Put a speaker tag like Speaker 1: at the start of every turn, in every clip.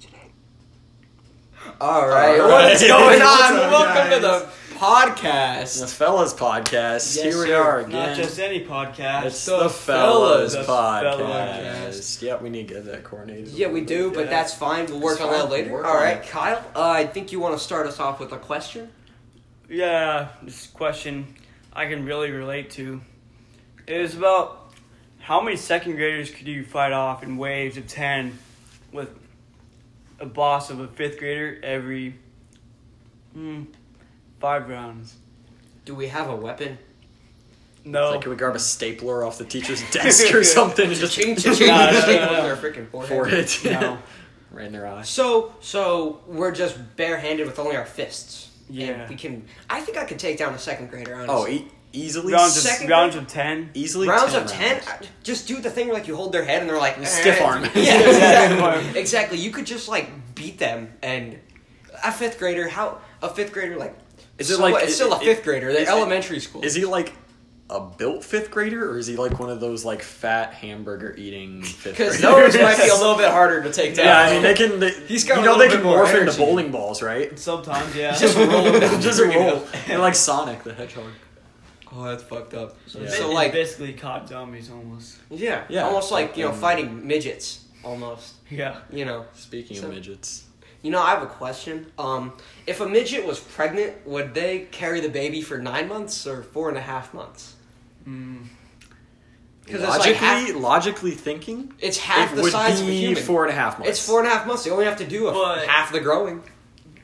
Speaker 1: today.
Speaker 2: All right,
Speaker 3: All
Speaker 2: what's
Speaker 3: right.
Speaker 2: going
Speaker 3: What's
Speaker 2: on?
Speaker 3: up,
Speaker 2: Welcome
Speaker 3: guys?
Speaker 2: to the podcast.
Speaker 3: The Fellas Podcast.
Speaker 2: Yes,
Speaker 3: Here we
Speaker 2: sir.
Speaker 3: are
Speaker 4: Not
Speaker 3: again.
Speaker 4: just any podcast.
Speaker 3: it's
Speaker 2: the
Speaker 3: the, Fellas,
Speaker 4: Fellas
Speaker 3: podcast.
Speaker 2: Podcast.
Speaker 3: Yeah, we need to get that coordinated. a
Speaker 2: Yeah, we
Speaker 3: little
Speaker 2: do,
Speaker 3: bit.
Speaker 2: but
Speaker 4: Yeah.
Speaker 2: that's fine. We'll work
Speaker 3: It's
Speaker 2: on
Speaker 3: fine.
Speaker 2: that later.
Speaker 3: We'll work
Speaker 2: All
Speaker 3: on
Speaker 2: right,
Speaker 3: it.
Speaker 2: Kyle. Uh, I think you want to start us off with a question.
Speaker 4: yeah, this question I can really relate to. It was about how many second graders could you fight off in waves of 10 with a boss of a fifth grader every hmm, five rounds?
Speaker 2: Do we have a weapon?
Speaker 4: No.
Speaker 3: Like, can we grab a stapler off the teacher's desk or something and just
Speaker 2: Ching, ching,
Speaker 4: No, no, no,
Speaker 2: ching,
Speaker 4: no.
Speaker 2: their freaking forehead.
Speaker 3: for it?
Speaker 4: No.
Speaker 3: right in their eye.
Speaker 2: So, so we're just barehanded with only our fists. And
Speaker 4: Yeah.
Speaker 2: we can. I think I could take down a second grader. Honestly.
Speaker 3: Oh, e- easily.
Speaker 4: rounds
Speaker 3: s-
Speaker 2: second
Speaker 4: of, rounds of 10?
Speaker 3: easily
Speaker 2: rounds
Speaker 3: 10
Speaker 2: of ten.
Speaker 3: rounds.
Speaker 2: I- Just do the thing where, like you hold their head and they're like
Speaker 3: Stiff
Speaker 2: "Eh."
Speaker 3: arm.
Speaker 2: Yeah,
Speaker 4: Stiff arm.
Speaker 2: exactly. exactly. You could just like beat them and a fifth grader. How a fifth grader like?
Speaker 3: Is it
Speaker 2: somewhat-
Speaker 3: like-
Speaker 2: it's still a
Speaker 3: it-
Speaker 2: fifth grader? They're
Speaker 3: is it-
Speaker 2: elementary school.
Speaker 3: Is he like a built fifth grader, or is he like one of those like fat hamburger eating fifth
Speaker 2: Because
Speaker 3: graders?
Speaker 2: those might be a little bit harder to take down.
Speaker 3: Yeah, I mean they can. They,
Speaker 2: He's got
Speaker 3: you
Speaker 2: a
Speaker 3: know
Speaker 2: little
Speaker 3: they
Speaker 2: bit
Speaker 3: can
Speaker 2: more
Speaker 3: morph into
Speaker 2: energy.
Speaker 3: bowling balls, right?
Speaker 4: Sometimes, yeah.
Speaker 2: Just roll them down.
Speaker 3: Just roll. They're like Sonic the Hedgehog.
Speaker 2: Oh, that's fucked up. So,
Speaker 3: Yeah.
Speaker 4: So,
Speaker 2: like,
Speaker 4: basically caught zombies almost.
Speaker 2: yeah,
Speaker 3: Yeah.
Speaker 2: almost like you know
Speaker 3: Um,
Speaker 2: fighting midgets. Almost,
Speaker 4: Yeah.
Speaker 2: you know.
Speaker 3: Speaking
Speaker 2: So-
Speaker 3: of midgets,
Speaker 2: You know, I have a question. Um, if a midget was pregnant, would they carry the baby for nine months or four and a half months?
Speaker 4: Mm.
Speaker 2: Hmm. 'Cause
Speaker 3: logically,
Speaker 2: it's like half-
Speaker 3: logically thinking,
Speaker 2: It's half
Speaker 3: it
Speaker 2: the
Speaker 3: would
Speaker 2: size
Speaker 3: be
Speaker 2: of a human.
Speaker 3: four and a half months.
Speaker 2: It's four and a half months. They only have to do a,
Speaker 4: But-
Speaker 2: half the growing,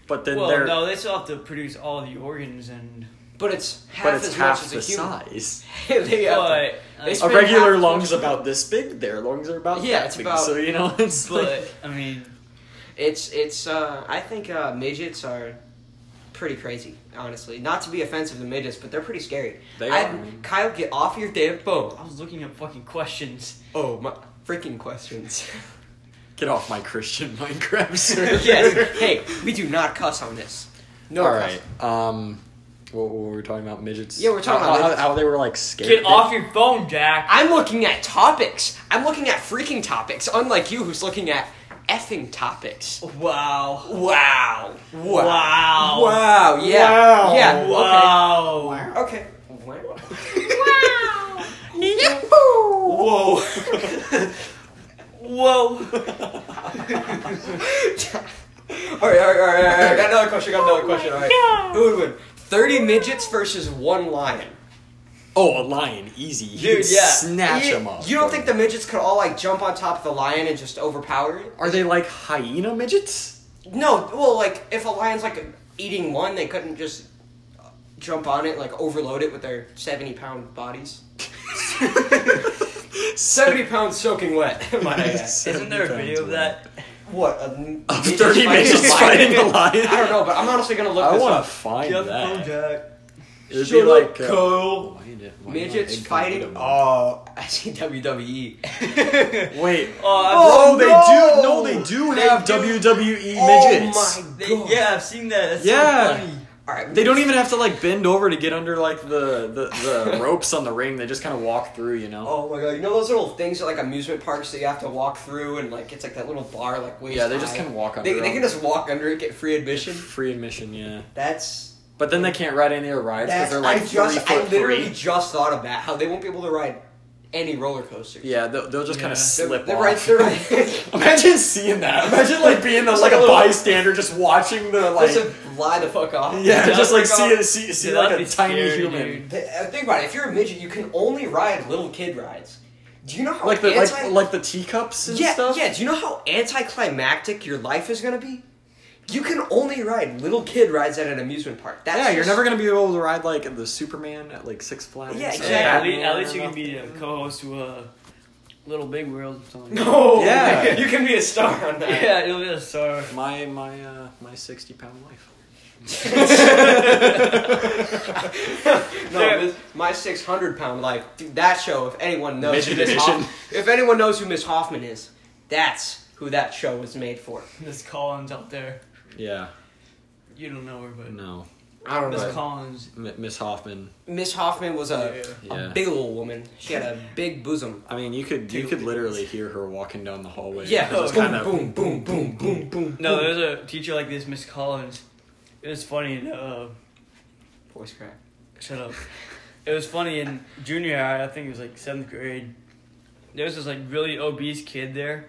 Speaker 3: but then
Speaker 4: Well,
Speaker 3: they're
Speaker 4: no, they still have to produce all the organs and.
Speaker 2: but it's half
Speaker 3: but it's
Speaker 2: as
Speaker 3: half
Speaker 2: much
Speaker 3: the
Speaker 2: as a human.
Speaker 3: size.
Speaker 2: They have to-
Speaker 4: But,
Speaker 2: They
Speaker 4: I-
Speaker 3: A
Speaker 2: spend
Speaker 3: regular
Speaker 2: half-
Speaker 3: lung's about this big. Their lungs are about
Speaker 2: Yeah,
Speaker 3: that
Speaker 2: it's
Speaker 3: big,
Speaker 2: about-
Speaker 3: So you know, it's like,
Speaker 4: but I mean,
Speaker 2: It's it's. Uh, I think uh, midgets are pretty crazy. Honestly, not to be offensive to midgets, but they're pretty scary.
Speaker 3: They
Speaker 2: I-
Speaker 3: are.
Speaker 2: Kyle, get off your damn phone.
Speaker 4: I was looking at fucking questions.
Speaker 2: Oh my freaking questions.
Speaker 3: get off my Christian Minecraft server.
Speaker 2: yes. Hey, we do not cuss on this. No.
Speaker 3: All
Speaker 2: cuss.
Speaker 3: right. Um, what, what were we talking about? Midgets.
Speaker 2: Yeah, we're talking
Speaker 3: How-
Speaker 2: about
Speaker 3: how,
Speaker 2: midgets.
Speaker 3: how they were like scared.
Speaker 4: Get off your phone, Jack.
Speaker 2: I'm looking at topics. I'm looking at freaking topics. Unlike you, who's looking at effing topics.
Speaker 4: Wow.
Speaker 2: Wow.
Speaker 4: Wow.
Speaker 2: Wow. Yeah.
Speaker 3: Wow.
Speaker 2: Yeah.
Speaker 4: Wow.
Speaker 2: Okay. Okay. Wow. Yahoo.
Speaker 3: Whoa.
Speaker 4: Whoa.
Speaker 2: all right, all right, all right, all right. I got another question. Got another question. All right. Who would win? Thirty midgets versus one lion.
Speaker 3: oh, a lion, easy. Dude,
Speaker 4: yeah.
Speaker 3: Snatch
Speaker 2: you,
Speaker 3: them up.
Speaker 2: You don't think the midgets could all like jump on top of the lion and just overpower it?
Speaker 3: Are they like hyena midgets?
Speaker 2: No. Well, like if a lion's like eating one, they couldn't just jump on it, like overload it with their seventy-pound bodies. Seventy pounds soaking wet. might I add.
Speaker 4: Isn't there a video of that?
Speaker 2: What? A m-
Speaker 3: Of
Speaker 2: midget
Speaker 3: thirty
Speaker 2: fighting a
Speaker 3: midgets
Speaker 2: lion?
Speaker 3: fighting a lion.
Speaker 2: I don't know, but I'm honestly gonna look
Speaker 3: I
Speaker 2: this
Speaker 3: want
Speaker 2: up.
Speaker 3: to find
Speaker 4: Get off your phone,
Speaker 3: that.
Speaker 4: Jack.
Speaker 3: It'd
Speaker 2: Shut
Speaker 3: be
Speaker 2: up,
Speaker 3: like uh,
Speaker 4: Cole.
Speaker 3: why did- why
Speaker 2: Midgets
Speaker 3: not
Speaker 2: fighting.
Speaker 3: incognito?
Speaker 2: Oh, I see WWE.
Speaker 3: Wait.
Speaker 4: Oh,
Speaker 3: Oh,
Speaker 2: Oh,
Speaker 3: they
Speaker 2: no.
Speaker 3: do. No, they do
Speaker 4: They
Speaker 3: have
Speaker 4: do.
Speaker 3: WWE midgets.
Speaker 2: Oh my
Speaker 4: they,
Speaker 2: god.
Speaker 4: yeah, I've seen that. That's
Speaker 3: Yeah.
Speaker 4: so funny.
Speaker 2: All right.
Speaker 3: They don't even have to like bend over to get under like the the, the ropes on the ring. They just kind of walk through, you know.
Speaker 2: Oh my god! You know those little things at like amusement parks that you have to walk through, and like it's like that little bar, like waist
Speaker 3: yeah, they just
Speaker 2: high.
Speaker 3: can walk under.
Speaker 2: They, they
Speaker 3: them.
Speaker 2: can just walk under it, get free admission.
Speaker 3: free admission, yeah.
Speaker 2: That's
Speaker 3: But then they can't ride any of the rides because
Speaker 2: that's.
Speaker 3: they're like
Speaker 2: I
Speaker 3: three
Speaker 2: just I
Speaker 3: foot
Speaker 2: literally
Speaker 3: three.
Speaker 2: just thought of that. How they won't be able to ride any roller coaster.
Speaker 3: Yeah, they'll, they'll just kind
Speaker 4: Yeah.
Speaker 2: They're,
Speaker 3: of slip
Speaker 2: they're
Speaker 3: off.
Speaker 2: right. They're right.
Speaker 3: Imagine seeing that. Imagine like being the,
Speaker 2: Just
Speaker 3: like
Speaker 2: like
Speaker 3: a
Speaker 2: a little-
Speaker 3: bystander just watching the like
Speaker 2: just lie the fuck off.
Speaker 3: yeah,
Speaker 4: Yeah,
Speaker 3: just like
Speaker 4: that's
Speaker 3: see
Speaker 4: like, oh,
Speaker 3: see see
Speaker 4: Dude,
Speaker 3: like
Speaker 4: that'd
Speaker 3: a
Speaker 4: be
Speaker 3: tiny
Speaker 4: scary,
Speaker 3: human.
Speaker 4: dude.
Speaker 2: Th- uh, Think about it. If you're a midget, you can only ride little kid rides. Do you know how
Speaker 3: Like the like
Speaker 2: anti-
Speaker 3: like the teacups and
Speaker 2: yeah
Speaker 3: stuff.
Speaker 2: yeah? Do you know how anticlimactic your life is gonna be? You can only ride little kid rides at an amusement park. That's
Speaker 3: Yeah, you're
Speaker 2: just-
Speaker 3: never gonna be able to ride like the Superman at like Six Flags.
Speaker 2: Yeah,
Speaker 3: or
Speaker 2: exactly.
Speaker 4: Yeah, at,
Speaker 3: Batman
Speaker 4: least, at least
Speaker 3: or
Speaker 4: you can
Speaker 3: nothing.
Speaker 4: be a co-host to uh, Little Big World or something.
Speaker 2: No.
Speaker 3: Yeah.
Speaker 2: you can be a star on that.
Speaker 4: Yeah, it'll be a star.
Speaker 3: my my uh, my sixty pound life.
Speaker 2: No, Miss- my 600 pound life. Dude, that show, if anyone knows who
Speaker 3: Midget
Speaker 2: Miss
Speaker 3: Edition.
Speaker 2: Hoff- if anyone knows who Miss Hoffman is, that's who that show was made for.
Speaker 4: This Collins out there.
Speaker 3: Yeah,
Speaker 4: You don't know her, but
Speaker 3: no.
Speaker 2: I don't
Speaker 4: Miss
Speaker 2: know.
Speaker 4: Collins.
Speaker 3: M- Miss Hoffman.
Speaker 2: Miss Hoffman was a,
Speaker 3: Yeah. Yeah.
Speaker 2: a big old woman. She had a big bosom.
Speaker 3: I mean, you could you
Speaker 4: Two
Speaker 3: could
Speaker 4: dudes.
Speaker 3: literally hear her walking down the hallway.
Speaker 2: Yeah,
Speaker 3: It was
Speaker 2: boom,
Speaker 3: kinda-
Speaker 2: boom, boom, boom, boom, boom.
Speaker 4: No,
Speaker 2: boom.
Speaker 4: there's a teacher like this, Miss Collins. It was funny. and, Uh,
Speaker 2: voice crack.
Speaker 4: Shut up. It was funny in junior high, I think it was like seventh grade. There was this like really obese kid there,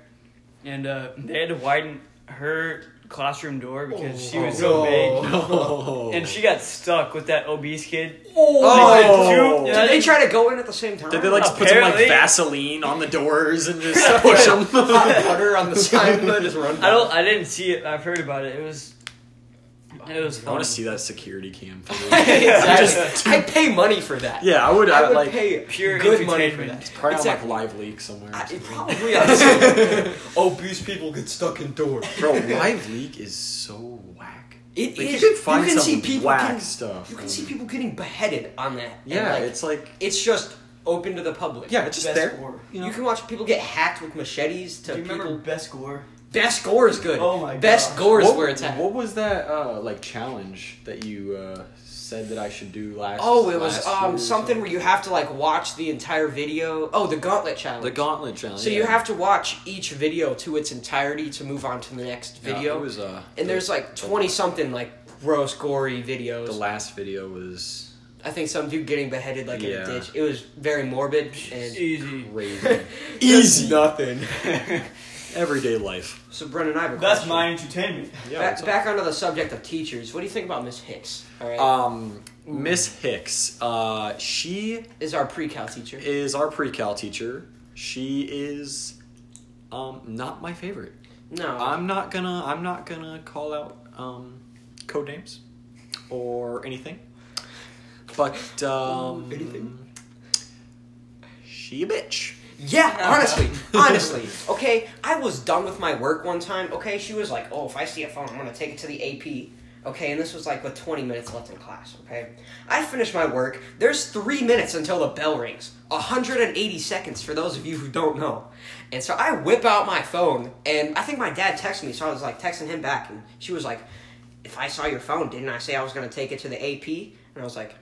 Speaker 4: and uh, they had to widen her classroom door because she was so big,
Speaker 3: No.
Speaker 4: and she got stuck with that obese kid.
Speaker 3: Oh.
Speaker 4: Like,
Speaker 2: Did
Speaker 4: two-
Speaker 2: they try to go in at the same time?
Speaker 3: Did they like put some like
Speaker 4: Apparently-
Speaker 3: Vaseline on the doors and just push them?
Speaker 2: hot butter on the side and then just run?
Speaker 4: I don't. I didn't see it. I've heard about it. It was. It was
Speaker 3: I
Speaker 4: fun.
Speaker 3: want to see that security cam.
Speaker 2: back.
Speaker 3: Video.
Speaker 2: exactly. I pay money for that.
Speaker 3: yeah, I would. I,
Speaker 2: I would
Speaker 3: like
Speaker 2: pay
Speaker 4: Pure
Speaker 2: good money for
Speaker 4: entertainment.
Speaker 2: that.
Speaker 3: probably
Speaker 2: exactly.
Speaker 3: on like live leak somewhere. or
Speaker 2: I- it
Speaker 3: something.
Speaker 2: probably on some- obese people get stuck in doors.
Speaker 3: Bro, live leak is so whack.
Speaker 2: It
Speaker 3: Like,
Speaker 2: is-
Speaker 3: You can find
Speaker 2: can
Speaker 3: some
Speaker 2: see people
Speaker 3: whack
Speaker 2: getting-
Speaker 3: stuff.
Speaker 2: You can
Speaker 3: and-
Speaker 2: see people getting beheaded on that. and,
Speaker 3: Yeah,
Speaker 2: like,
Speaker 3: it's like
Speaker 2: it's just open to the public.
Speaker 3: yeah, it's just
Speaker 4: Best
Speaker 3: there.
Speaker 4: gore.
Speaker 3: You
Speaker 2: You,
Speaker 3: know?
Speaker 2: can watch people get hacked with machetes to
Speaker 4: Do you
Speaker 2: people.
Speaker 4: remember best gore?
Speaker 2: Best gore is good.
Speaker 4: Oh my
Speaker 2: Best
Speaker 4: gosh.
Speaker 2: gore is
Speaker 3: what,
Speaker 2: where it's at.
Speaker 3: what was that uh, like challenge that you uh, said that I should do last?
Speaker 2: Oh, it was
Speaker 3: last year
Speaker 2: um
Speaker 3: or
Speaker 2: something where you have to like watch the entire video. Oh, the gauntlet challenge.
Speaker 3: The gauntlet challenge.
Speaker 2: so you have to watch each video to its entirety to move on to the next video.
Speaker 3: it was, uh,
Speaker 2: and there's like 20 something like gross gory videos.
Speaker 3: The last video was
Speaker 2: I think some dude getting beheaded like in
Speaker 3: Yeah.
Speaker 2: a ditch. It was very morbid and
Speaker 4: Easy.
Speaker 3: crazy.
Speaker 2: Easy.
Speaker 3: nothing. Everyday life.
Speaker 2: so Brendan I have a
Speaker 4: That's
Speaker 2: question.
Speaker 4: my entertainment.
Speaker 2: Ba-
Speaker 3: it's
Speaker 2: back onto the subject of teachers. What do you think about Miss Hicks? All right.
Speaker 3: Um, Miss Hicks, uh, she
Speaker 2: is our pre-cal teacher.
Speaker 3: is our pre-cal teacher. She is, um, not my favorite.
Speaker 2: no.
Speaker 3: I'm not gonna, I'm not gonna call out, um, code names or anything. But, um,
Speaker 2: anything?
Speaker 3: She a bitch.
Speaker 2: Yeah, honestly, honestly. Okay, I was done with my work one time. Okay, she was like, "Oh, if I see a phone, I'm gonna take it to the AP." Okay, and this was like with 20 minutes left in class. Okay, I finished my work. There's three minutes until the bell rings. 180 seconds for those of you who don't know. And so I whip out my phone, and I think my dad texted me, so I was like texting him back, and she was like, "If I saw your phone, didn't I say I was gonna take it to the AP?" And I was like,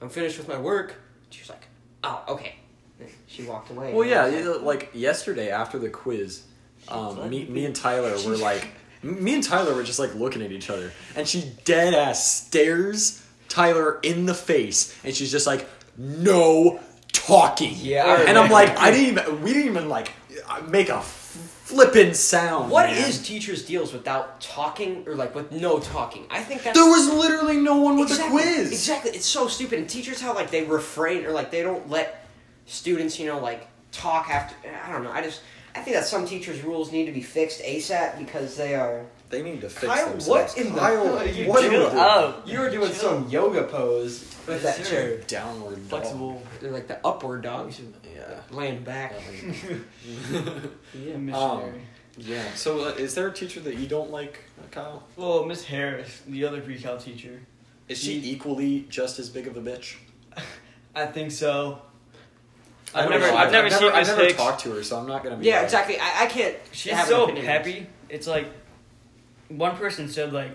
Speaker 2: "I'm finished with my work." She was like, "Oh, okay." And She walked away.
Speaker 3: Well,
Speaker 2: And I
Speaker 3: yeah,
Speaker 2: was like,
Speaker 3: you know, like yesterday after the quiz, um,
Speaker 4: fled
Speaker 3: me,
Speaker 4: the
Speaker 3: me and Tyler were like, m- me and Tyler were just like looking at each other, and she dead ass stares Tyler in the face, and she's just like, no talking.
Speaker 2: Yeah, I
Speaker 3: and I'm
Speaker 2: remember.
Speaker 3: like, I didn't even, we didn't even like uh, make a flippin' sound.
Speaker 2: What is
Speaker 3: man.
Speaker 2: teachers' deals without talking or like with no talking? I think that's
Speaker 3: There was literally no one with
Speaker 2: exactly,
Speaker 3: a quiz.
Speaker 2: Exactly, it's so stupid. And teachers how like they refrain or like they don't let students, you know, like talk after. I don't know. I just I think that some teachers' rules need to be fixed ASAP because they are.
Speaker 3: They need to fix
Speaker 2: Kyle, what
Speaker 3: themselves.
Speaker 2: in the-
Speaker 3: Kyle,
Speaker 2: What are you
Speaker 3: what in
Speaker 4: Chill
Speaker 3: the-
Speaker 4: out.
Speaker 2: You were doing some yoga pose with
Speaker 4: Yes,
Speaker 2: that
Speaker 4: sir.
Speaker 2: chair.
Speaker 3: Downward dog.
Speaker 4: Flexible.
Speaker 2: They're like the upward dog,
Speaker 3: Yeah.
Speaker 2: laying back.
Speaker 4: Oh, Yeah,
Speaker 3: Um,
Speaker 4: missionary.
Speaker 3: Yeah. So, uh, is there a teacher that you don't like, Kyle?
Speaker 4: well, Miss Harris, the other pre-cal teacher.
Speaker 3: Is she equally just as big of a bitch?
Speaker 4: I think so.
Speaker 3: I
Speaker 4: I've
Speaker 3: don't
Speaker 4: never,
Speaker 3: know.
Speaker 4: I've never seen
Speaker 3: I've never
Speaker 4: mistakes.
Speaker 3: talked to her, so I'm not gonna be.
Speaker 2: Yeah,
Speaker 3: like-
Speaker 2: exactly. I, I can't.
Speaker 4: She's
Speaker 2: have an
Speaker 4: so
Speaker 2: opinion.
Speaker 4: peppy. It's like one person said like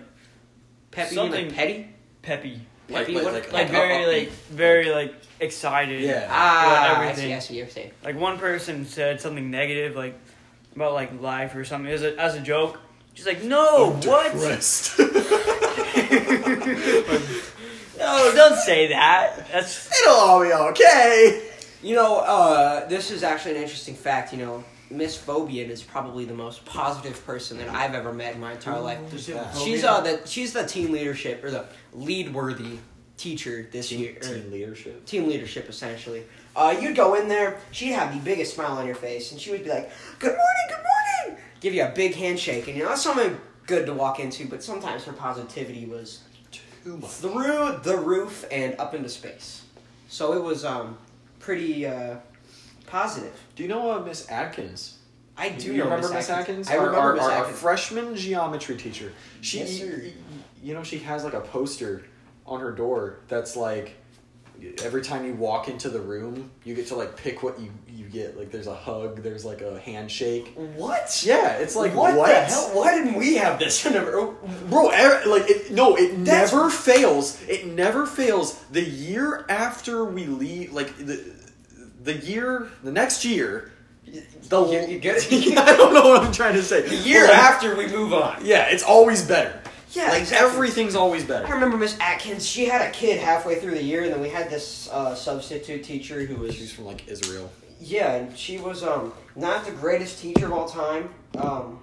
Speaker 2: Peppy, you mean, like
Speaker 4: Something-
Speaker 2: petty.
Speaker 4: peppy,
Speaker 3: Like,
Speaker 2: Peppy,
Speaker 3: like,
Speaker 2: what-
Speaker 3: like,
Speaker 4: like
Speaker 3: uh,
Speaker 4: very
Speaker 3: uh,
Speaker 4: like very like excited.
Speaker 3: Yeah.
Speaker 2: Ah, I
Speaker 4: everything.
Speaker 2: see, I see, I see.
Speaker 4: Like one person said something negative like about like life or something as a, as a joke. She's like, no,
Speaker 3: I'm
Speaker 4: what?
Speaker 3: depressed.
Speaker 4: No, don't say that. That's
Speaker 3: It'll all be okay.
Speaker 2: You know, uh, this is actually an interesting fact. You know, Miss Phobian is probably the most positive person that I've ever met in my entire life. She's uh, the she's the team leadership or the lead worthy teacher this year. or
Speaker 3: Teen leadership.
Speaker 2: team leadership, essentially. Uh, you'd go in there, she'd have the biggest smile on your face, and she would be like, "Good morning, good morning," give you a big handshake, and you know that's something good to walk into. But sometimes her positivity was
Speaker 3: Too much.
Speaker 2: through the roof and up into space. So it was um, pretty uh, positive.
Speaker 3: Do you know uh, Miss Atkins?
Speaker 2: I do
Speaker 3: you
Speaker 2: know
Speaker 3: remember
Speaker 2: Miss Atkins.
Speaker 3: Atkins?
Speaker 2: I
Speaker 3: Our-
Speaker 2: remember
Speaker 3: our,
Speaker 2: Miss
Speaker 3: our, our
Speaker 2: Atkins.
Speaker 3: freshman geometry teacher. She,
Speaker 2: Yes, sir.
Speaker 3: you know, she has like a poster on her door that's like, every time you walk into the room, you get to like pick what you you get. Like there's a hug, there's like a handshake.
Speaker 2: What?
Speaker 3: Yeah, it's like
Speaker 2: Mm. what,
Speaker 3: what,
Speaker 2: the hell? Why didn't we have this? Remember?
Speaker 3: bro? ev like it, no, it
Speaker 2: That's-
Speaker 3: never fails. It never fails. The year after we leave, like the the year, the next year, the
Speaker 2: You- you get it?
Speaker 3: I don't know what I'm trying to say.
Speaker 2: The year
Speaker 3: But, like,
Speaker 2: after we move on.
Speaker 3: yeah, it's always better.
Speaker 2: Yeah,
Speaker 3: like
Speaker 2: exactly.
Speaker 3: everything's always
Speaker 2: I
Speaker 3: better.
Speaker 2: remember Miss Atkins. She had a kid halfway through the year, and then we had this uh, substitute teacher who
Speaker 3: She's
Speaker 2: was
Speaker 3: from like Israel.
Speaker 2: yeah, and she was um not the greatest teacher of all time. Um,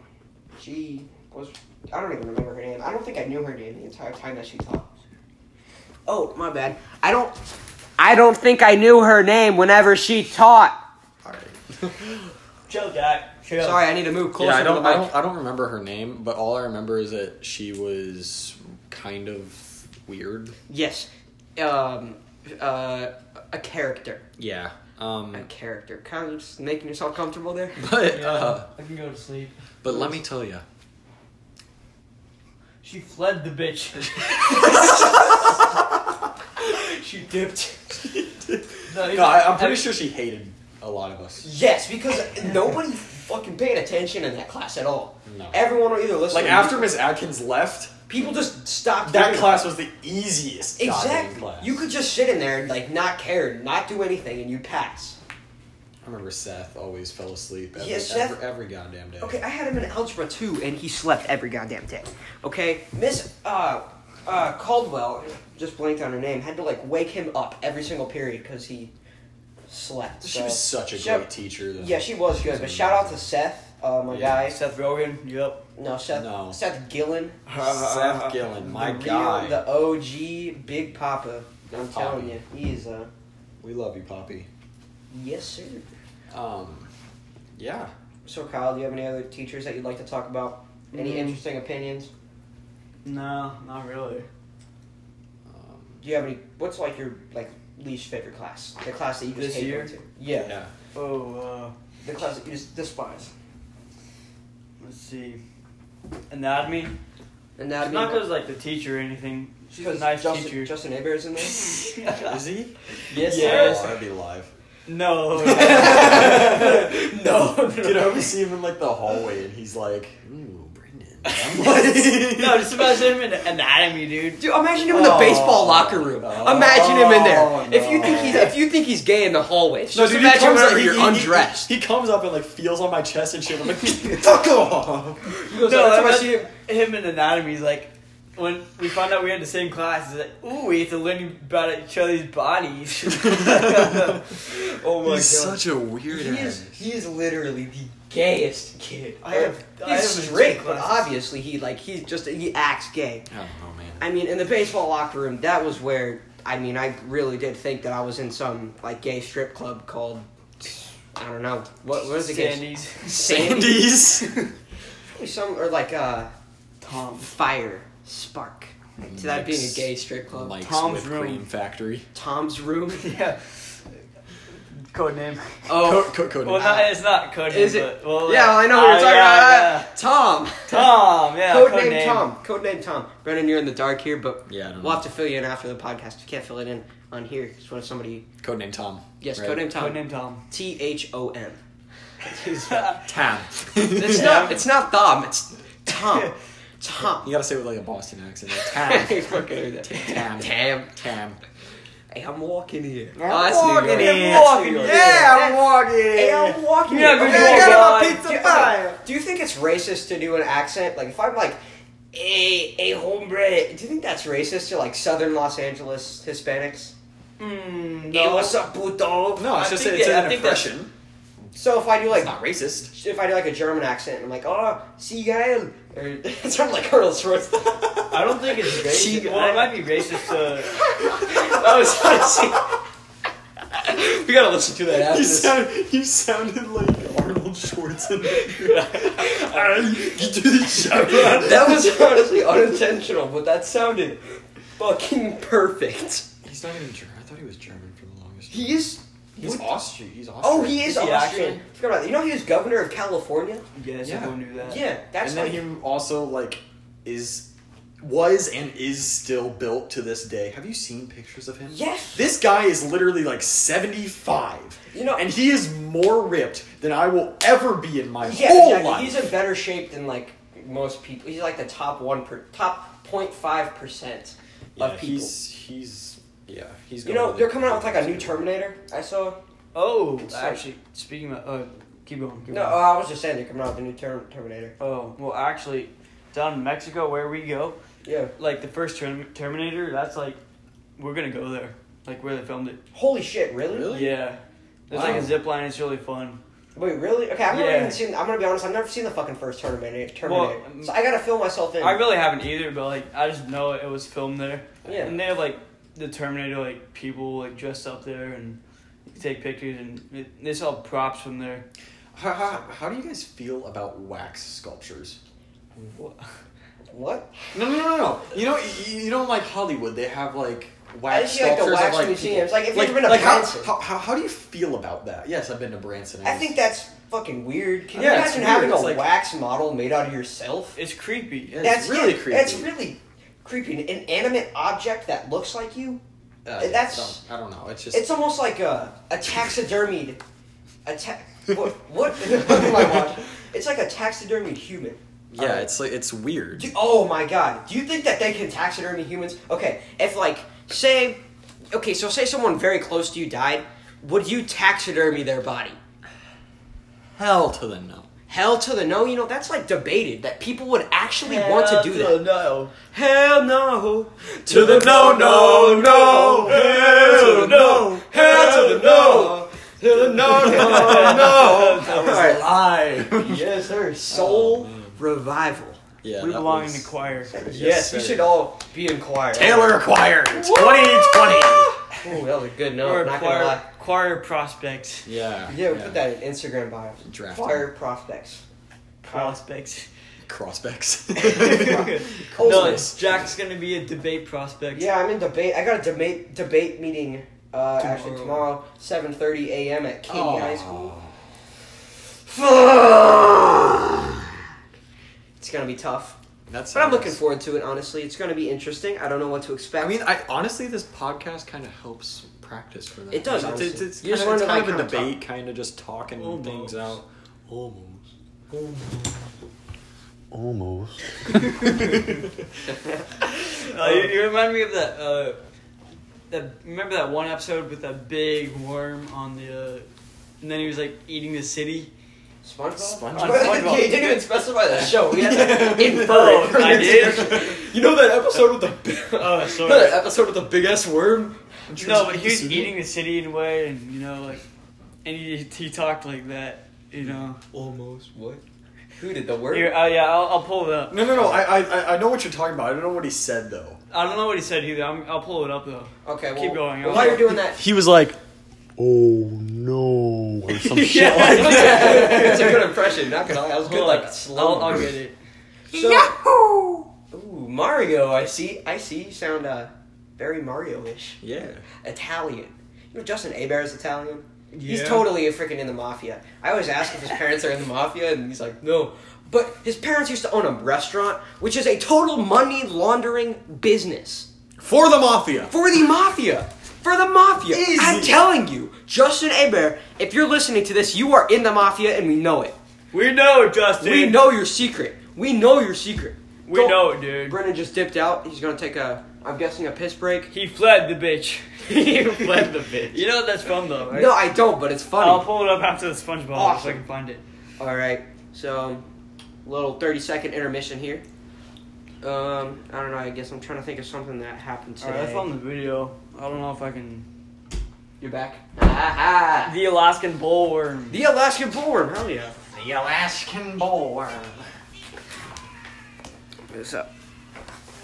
Speaker 2: she was I don't even remember her name. I don't think I knew her name the entire time that she taught. Oh my bad. I don't. I don't think I knew her name whenever she taught.
Speaker 3: All right.
Speaker 4: Chill, Jack. Chill.
Speaker 2: Sorry, I need to move closer
Speaker 3: Yeah, I
Speaker 2: to
Speaker 3: don't,
Speaker 2: the
Speaker 3: I
Speaker 2: mic.
Speaker 3: don't, I don't remember her name, but all I remember is that she was kind of weird.
Speaker 2: Yes, um, uh, a character.
Speaker 3: Yeah. Um,
Speaker 2: A character. Kind of just making yourself comfortable there.
Speaker 3: but
Speaker 4: Yeah,
Speaker 3: uh,
Speaker 4: I can go to sleep.
Speaker 3: but let me tell you,
Speaker 4: She fled the bitch.
Speaker 2: She dipped.
Speaker 4: No, he's-
Speaker 3: no, I, I'm pretty sure she hated a lot of us.
Speaker 2: Yes, because nobody fucking paid attention in that class at all.
Speaker 3: No.
Speaker 2: Everyone were either listening.
Speaker 3: Like after Miss Atkins left,
Speaker 2: people just stopped.
Speaker 3: that
Speaker 2: doing
Speaker 3: class
Speaker 2: it.
Speaker 3: was the easiest. goddamn
Speaker 2: exactly.
Speaker 3: Class.
Speaker 2: You could just sit in there and like not care, not do anything, and you pass.
Speaker 3: I remember Seth always fell asleep every,
Speaker 2: Yeah, Seth-
Speaker 3: every, every goddamn day.
Speaker 2: Okay, I had him in algebra too, and he slept every goddamn day. Okay, Miss uh, uh, Caldwell, just blanked on her name, had to like wake him up every single period because he slept.
Speaker 3: She
Speaker 2: so-
Speaker 3: was such a
Speaker 2: She-
Speaker 3: great teacher. Though.
Speaker 2: Yeah, she was good. But shout out to Seth, uh, my
Speaker 3: Yeah.
Speaker 2: guy.
Speaker 4: Seth Rogen. Yep.
Speaker 2: No, Seth.
Speaker 3: No.
Speaker 2: Seth Gillen.
Speaker 3: Seth Gillen, my
Speaker 2: the
Speaker 3: guy.
Speaker 2: real, the OG Big Papa. I'm
Speaker 3: Poppy.
Speaker 2: telling you, he's uh,
Speaker 3: we love you, Poppy.
Speaker 2: yes sir.
Speaker 3: Um, yeah.
Speaker 2: So Kyle, do you have any other teachers that you'd like to talk about? Any
Speaker 4: Mm.
Speaker 2: interesting opinions?
Speaker 4: No, not really.
Speaker 3: Um,
Speaker 2: Do you have any? What's like your like least favorite class? The class that you just
Speaker 4: This
Speaker 2: hate
Speaker 4: year?
Speaker 2: going to? Yeah.
Speaker 3: yeah.
Speaker 4: Oh, uh,
Speaker 2: The class that you just despise.
Speaker 4: let's see. Anatomy.
Speaker 2: And that
Speaker 4: It's not because like the teacher or anything. She's a nice
Speaker 2: Justin,
Speaker 4: teacher.
Speaker 2: Justin Abear's in there.
Speaker 3: Is he?
Speaker 4: yes,
Speaker 3: Yeah,
Speaker 4: sir.
Speaker 3: that'd be live.
Speaker 4: No.
Speaker 3: no,
Speaker 4: no.
Speaker 3: Dude, I always see him in like the hallway, and he's like, "Ooh, Brendan." I'm
Speaker 4: no,
Speaker 3: like,
Speaker 4: just imagine him in anatomy, dude.
Speaker 2: Dude, imagine him in the baseball
Speaker 3: Oh,
Speaker 2: locker room.
Speaker 3: no.
Speaker 2: imagine him in there. If you
Speaker 3: Oh, No.
Speaker 2: think he's if you think he's gay in the hallway, just
Speaker 3: dude, he
Speaker 2: imagine him
Speaker 3: comes
Speaker 2: whenever
Speaker 3: up- he-
Speaker 2: you're
Speaker 3: he- he-
Speaker 2: undressed.
Speaker 3: He, comes up and like feels on my chest and shit. I'm like, Oh fuck off.
Speaker 2: no,
Speaker 4: No,
Speaker 2: that's
Speaker 4: I
Speaker 2: why
Speaker 4: met
Speaker 2: she-
Speaker 4: him, him in anatomy. He's like, when we found out we had the same class, he's like, ooh, we have to learn about each other's bodies. oh my god.
Speaker 3: he's such a weird.
Speaker 2: He is he is literally the gayest kid.
Speaker 4: I have-
Speaker 2: he's
Speaker 4: I have his
Speaker 2: straight,
Speaker 4: two
Speaker 2: but
Speaker 4: classes.
Speaker 2: obviously he like he's just he acts gay.
Speaker 3: I don't know, Oh, man.
Speaker 2: I mean, in the baseball locker room, that was where I mean, I really did think that I was in some like gay strip club called I don't know what what is it? against-
Speaker 4: Sandy's
Speaker 3: Sandy's.
Speaker 2: Probably Some or like uh
Speaker 4: Tom.
Speaker 2: fire spark. To that being a
Speaker 3: Mike's-
Speaker 2: gay strip club.
Speaker 3: Mike's
Speaker 4: Tom's
Speaker 3: whipped
Speaker 4: room.
Speaker 3: cream factory.
Speaker 2: Tom's room.
Speaker 4: Yeah. Code name.
Speaker 2: Oh,
Speaker 3: Co- co- code
Speaker 4: Well,
Speaker 3: name.
Speaker 4: not, it's not code name.
Speaker 2: Is it-
Speaker 4: But, well,
Speaker 2: yeah, well, I know who
Speaker 4: uh,
Speaker 2: you're talking
Speaker 4: yeah,
Speaker 2: about. Tom.
Speaker 4: yeah. Tom. Yeah.
Speaker 2: Code
Speaker 4: codename.
Speaker 2: name Tom. Code name Tom. Brennan, you're in the dark here, but
Speaker 3: Yeah, I
Speaker 2: we'll
Speaker 3: don't know.
Speaker 2: have to fill you in after the podcast. You can't fill it in on here. It's what if somebody.
Speaker 3: Code name Tom.
Speaker 2: Yes,
Speaker 3: Right?
Speaker 2: code name Tom.
Speaker 4: Code name Tom.
Speaker 2: T H O M.
Speaker 3: Tam.
Speaker 2: It's
Speaker 4: Yeah.
Speaker 2: not. It's not Tom. It's Tom. Tom.
Speaker 3: You gotta say it with like a Boston accent. Like,
Speaker 2: Hey,
Speaker 3: Tam.
Speaker 2: fuck over there.
Speaker 3: Tam.
Speaker 2: Tam.
Speaker 3: Tam.
Speaker 2: Hey, I'm walking here.
Speaker 3: I'm
Speaker 2: Oh, that's New
Speaker 3: walking
Speaker 2: York.
Speaker 3: here.
Speaker 2: That's New
Speaker 4: Walking
Speaker 2: York.
Speaker 4: here.
Speaker 2: Yeah, I'm
Speaker 3: walking.
Speaker 2: Hey, I'm walking.
Speaker 4: Yeah,
Speaker 2: here.
Speaker 4: good
Speaker 2: Okay, I
Speaker 4: job,
Speaker 2: got my
Speaker 4: guys.
Speaker 2: pizza
Speaker 4: Yeah.
Speaker 2: pie. Do you think it's racist to do an accent? Like, if I'm like, a a hombre, do you think that's racist to like Southern Los Angeles Hispanics?
Speaker 4: Mm,
Speaker 2: Hey,
Speaker 4: no.
Speaker 2: what's up, puto?
Speaker 3: No, it's
Speaker 4: I
Speaker 3: just
Speaker 4: think
Speaker 3: it's
Speaker 4: that- I
Speaker 3: an
Speaker 4: think that's-
Speaker 3: impression.
Speaker 2: So if I do like,
Speaker 3: It's not racist.
Speaker 2: if I do like a German accent, I'm like, oh, see Gael, or it sounds like Arnold Schwarzenegger.
Speaker 4: I don't think it's
Speaker 2: She-
Speaker 4: racist. Well, it might be racist to.
Speaker 2: that was honestly. we gotta listen to that after
Speaker 3: You,
Speaker 2: this.
Speaker 3: sound, you sounded like Arnold Schwarzenegger. Ah, you do the job.
Speaker 2: that was honestly unintentional, but that sounded fucking perfect.
Speaker 3: He's not even German. I thought he was German for the longest.
Speaker 2: He is.
Speaker 3: he's Austrian. He's Austrian.
Speaker 2: Oh, he is
Speaker 4: Is he
Speaker 2: Austrian.
Speaker 4: actually?
Speaker 2: Forgot about that. You know he was governor of California.
Speaker 4: Yes,
Speaker 3: Yeah.
Speaker 4: everyone knew that.
Speaker 2: Yeah, that's
Speaker 3: and then
Speaker 2: like.
Speaker 3: he also like is was and is still built to this day. Have you seen pictures of him?
Speaker 2: Yes.
Speaker 3: This guy is literally like 75.
Speaker 2: You know-
Speaker 3: and he is more ripped than I will ever be in my
Speaker 2: Yeah,
Speaker 3: whole
Speaker 2: exactly.
Speaker 3: life.
Speaker 2: He's in better shape than like most people. He's like the top one per top 05 percent
Speaker 3: yeah,
Speaker 2: of people.
Speaker 3: he's he's yeah, he's
Speaker 2: You
Speaker 3: going
Speaker 2: know,
Speaker 3: to
Speaker 2: they're
Speaker 3: the-
Speaker 2: coming out with like a new Terminator. I saw.
Speaker 4: Oh, actually, speaking of, uh, keep going. Keep
Speaker 2: No, oh, uh,
Speaker 4: going.
Speaker 2: I was just saying they're coming out with a new ter- Terminator.
Speaker 4: Oh, well, actually, down in Mexico where we go,
Speaker 2: Yeah.
Speaker 4: like the first term- Terminator, that's like, we're gonna go there, like where they filmed it.
Speaker 2: Holy shit! Really?
Speaker 3: Really?
Speaker 4: Yeah, there's like
Speaker 2: Wow.
Speaker 4: a zip line. It's really fun.
Speaker 2: Wait, really? Okay, I've never
Speaker 4: Yeah.
Speaker 2: even seen. I'm gonna be honest. I've never seen the fucking first Terminator. Terminator.
Speaker 4: um,
Speaker 2: so I gotta fill myself in.
Speaker 4: I really haven't either, but like I just know it was filmed there.
Speaker 2: Yeah.
Speaker 4: and they have like the Terminator like people like dressed up there and. you can Take pictures and it, they sell props from there.
Speaker 3: How, how, how do you guys feel about wax sculptures?
Speaker 2: what?
Speaker 3: No, no, no, no. You know, you, you don't like Hollywood. They have like
Speaker 2: I
Speaker 3: wax
Speaker 2: see, like, the
Speaker 3: sculptures of,
Speaker 2: wax
Speaker 3: like,
Speaker 2: museums.
Speaker 3: people-
Speaker 2: Like, if you've ever been to
Speaker 3: like how,
Speaker 2: Branson.
Speaker 3: how, how, how do you feel about that? Yes, I've been to Branson.
Speaker 2: I think that's fucking weird. Can
Speaker 3: Yeah,
Speaker 2: you
Speaker 3: it's
Speaker 2: imagine
Speaker 3: weird.
Speaker 2: having a
Speaker 3: It's like-
Speaker 2: wax model made out of yourself?
Speaker 4: It's creepy.
Speaker 3: Yeah. That's really creepy.
Speaker 2: That's really creepy. An inanimate object that looks like you.
Speaker 3: Uh,
Speaker 2: that's-
Speaker 3: I don't, I don't know. It's just
Speaker 2: It's almost like a a taxidermied. A ta- what? What? what am I watching? It's like a taxidermied human.
Speaker 3: yeah, it's like it's weird.
Speaker 2: Do- oh my god. Do you think that they can taxidermy humans? Okay, if like say okay, so say someone very close to you died, would you taxidermy their body?
Speaker 3: Hell to the no.
Speaker 2: Hell to the no, you know, that's like debated that people would actually want to do that.
Speaker 4: No.
Speaker 2: Hell no.
Speaker 3: To the no, no, no. Hell to the no. Hell to the no.
Speaker 2: To the no
Speaker 3: no.
Speaker 2: Alright.
Speaker 3: Alive.
Speaker 2: Yes, sir. Soul
Speaker 3: Oh, man.
Speaker 2: revival.
Speaker 3: Yeah,
Speaker 4: We
Speaker 3: that
Speaker 4: belong
Speaker 3: was-
Speaker 4: in the choir.
Speaker 2: Yes,
Speaker 3: Yes,
Speaker 2: we
Speaker 3: sir.
Speaker 2: should all be in choir.
Speaker 3: Taylor Choir 2020.
Speaker 2: Oh, that was a good note.
Speaker 4: We're
Speaker 2: not gonna lie.
Speaker 4: choir, choir prospect.
Speaker 3: Yeah.
Speaker 2: Yeah, we put that in Instagram bio.
Speaker 3: Draft
Speaker 2: Choir prospects.
Speaker 4: Prospects.
Speaker 3: Prospects.
Speaker 4: no,
Speaker 2: Oh,
Speaker 4: it's Jack's gonna be a debate prospect.
Speaker 2: yeah, I'm in debate. I got a debate debate meeting. Uh, actually tomorrow,
Speaker 4: Tomorrow.
Speaker 2: 7:30 a.m. at Katy High School. It's gonna be tough,
Speaker 3: That's.
Speaker 2: but I'm looking forward to it. Honestly, it's gonna be interesting. I don't know what to expect.
Speaker 3: I mean, I honestly, this podcast kind of helps practice for that.
Speaker 2: It does,
Speaker 3: It's,
Speaker 2: honestly.
Speaker 3: it's, it's
Speaker 2: You just
Speaker 3: kind of, it's
Speaker 2: wanna,
Speaker 3: kind of a
Speaker 2: like, kinda Oh,
Speaker 3: debate, kind of just talking
Speaker 4: Almost.
Speaker 3: things out. Almost.
Speaker 4: Uh, you, you remind me of that. Uh, that remember that one episode with that big worm on the, uh, and then he was like eating the city.
Speaker 2: SpongeBob.
Speaker 3: SpongeBob.
Speaker 2: yeah, you didn't even specify that show. We had to infer
Speaker 4: Oh,
Speaker 2: it.
Speaker 4: I did.
Speaker 3: You know that episode with the
Speaker 4: Oh, sorry.
Speaker 3: episode with the big ass worm?
Speaker 4: No, but he was eating the city in a way, and you know, like, and he he talked like that. You know.
Speaker 2: Almost what? Who did the work?
Speaker 4: Here, uh, yeah, I'll, I'll pull it up.
Speaker 3: No, no, no. I, I- I, I know what you're talking about. I don't know what he said though.
Speaker 4: I don't know what he said either. I'm, I'll pull it up though.
Speaker 2: Okay, well,
Speaker 4: Keep going.
Speaker 2: While you're doing that,
Speaker 3: He was like,
Speaker 1: oh no, or some shit
Speaker 4: Yeah.
Speaker 2: it's a good impression. Not gonna lie, I was good
Speaker 4: Hold
Speaker 2: like
Speaker 4: on.
Speaker 2: slow.
Speaker 4: I'll, I'll get it.
Speaker 2: So, Ooh, Mario! I see. I see. You sound uh, very Mario-ish.
Speaker 3: yeah.
Speaker 2: Italian. You know, Justin Abar is Italian. He's
Speaker 4: Yeah.
Speaker 2: totally a freaking in the mafia. I always ask if his parents are in the mafia, and he's like, no. But his parents used to own a restaurant, which is a total money laundering business
Speaker 3: For the mafia.
Speaker 2: for the mafia. For the mafia.
Speaker 3: Easy.
Speaker 2: I'm telling you, Justin Abar. If you're listening to this, you are in the mafia, and we know it.
Speaker 4: We know, Justin.
Speaker 2: We know your secret. We know your secret.
Speaker 4: We
Speaker 2: Don't-
Speaker 4: know it, dude.
Speaker 2: Brennan just dipped out. He's gonna take a, I'm guessing a piss break.
Speaker 4: He fled the bitch.
Speaker 2: he fled the bitch.
Speaker 4: You know what that's from though, right?
Speaker 2: No, I don't, but it's funny.
Speaker 4: I'll pull it up after the SpongeBob so
Speaker 2: Awesome.
Speaker 4: I can find it.
Speaker 2: All right, so little thirty second intermission here. Um, I don't know. I guess I'm trying to think of something that happened
Speaker 4: All right, I
Speaker 2: today.
Speaker 4: found the video. I don't know if I can.
Speaker 2: You're back. Ah,
Speaker 4: The Alaskan bullworm.
Speaker 2: the Alaskan bullworm. Hell yeah.
Speaker 3: The Alaskan bullworm.
Speaker 2: What's up?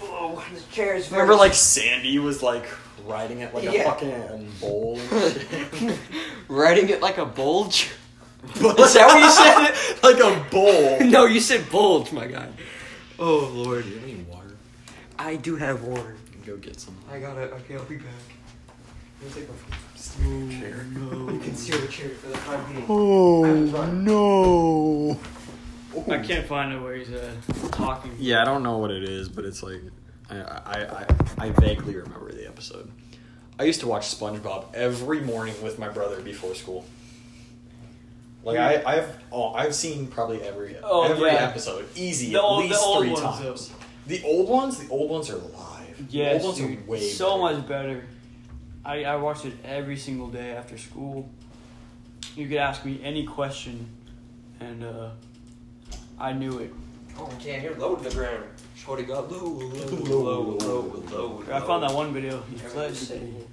Speaker 2: Whoa, this chair is very.
Speaker 3: Remember, like Sandy was like riding it like
Speaker 2: Yeah.
Speaker 3: a fucking bull. And shit.
Speaker 2: riding it like a bulge?
Speaker 3: Is
Speaker 2: that what you said?
Speaker 3: like a bull.
Speaker 2: no, you said bulge, my guy.
Speaker 3: Oh lord. Do you have any water?
Speaker 2: I do have water.
Speaker 3: Go get some.
Speaker 2: I got it. Okay, I'll be back. Let me take my
Speaker 3: Chair.
Speaker 2: concealer chair for the time being.
Speaker 1: oh no
Speaker 4: I can't find it where he's uh, talking.
Speaker 3: Yeah, I don't know what it is, but it's like I, I, I, I vaguely remember the episode. I used to watch SpongeBob every morning with my brother before school. Like I, I've oh, I've seen probably every
Speaker 4: Oh,
Speaker 3: every
Speaker 4: yeah.
Speaker 3: episode easy
Speaker 4: The
Speaker 3: at
Speaker 4: old- the
Speaker 3: least
Speaker 4: old
Speaker 3: three
Speaker 4: ones,
Speaker 3: times. The old ones, the old ones are live.
Speaker 4: Yes,
Speaker 3: the old ones
Speaker 4: dude,
Speaker 3: are way
Speaker 4: so
Speaker 3: better.
Speaker 4: much better. I, I watched it every single day after school. You could ask me any question, and uh, I knew it.
Speaker 2: Oh damn, you're low to the ground. Shorty got low, low, low, low, low, low.
Speaker 4: I found that one video.
Speaker 2: Everyone said-
Speaker 5: You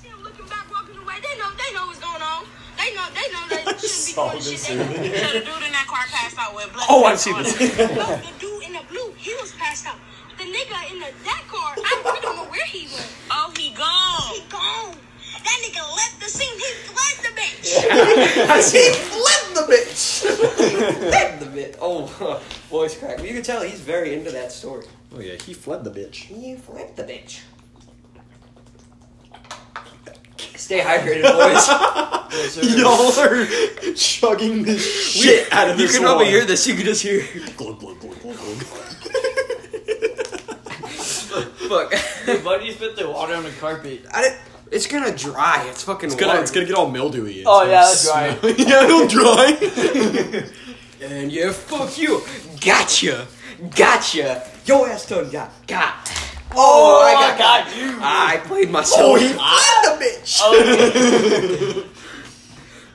Speaker 5: see 'em looking back, walking away. They know, they know what's going on. They know, they know they shouldn't be
Speaker 3: So
Speaker 5: doing shit. They so the dude in that car passed out with blood.
Speaker 3: Oh, I've seen this.
Speaker 5: No, the dude in the blue, he was passed out. The nigga in the that car, I, we don't know where he went. Oh, he gone. He gone. That nigga left the scene. He fled the bitch.
Speaker 2: he flipped the bitch. he flipped the bitch. Oh, voice crack. Well, you can tell he's very into that story.
Speaker 3: Oh yeah, he fled the bitch.
Speaker 2: He flipped the bitch. Stay hydrated, boys.
Speaker 3: Y'all are chugging the shit out of this. wine.
Speaker 2: this. You can just hear.
Speaker 3: Glug, glug, glug, glug, glug.
Speaker 2: Look,
Speaker 4: Why do you spit the water on the carpet?
Speaker 2: I didn't, it's gonna dry. It's fucking.
Speaker 3: It's gonna, it's gonna get all mildewy. It's
Speaker 4: Oh,
Speaker 3: gonna
Speaker 4: yeah, it'll dry.
Speaker 3: smell- yeah, it'll dry.
Speaker 2: And yeah, fuck you. Gotcha. Gotcha. Your ass done got got. Oh, I got,
Speaker 4: got you.
Speaker 2: I played myself.
Speaker 3: oh, he fled the bitch.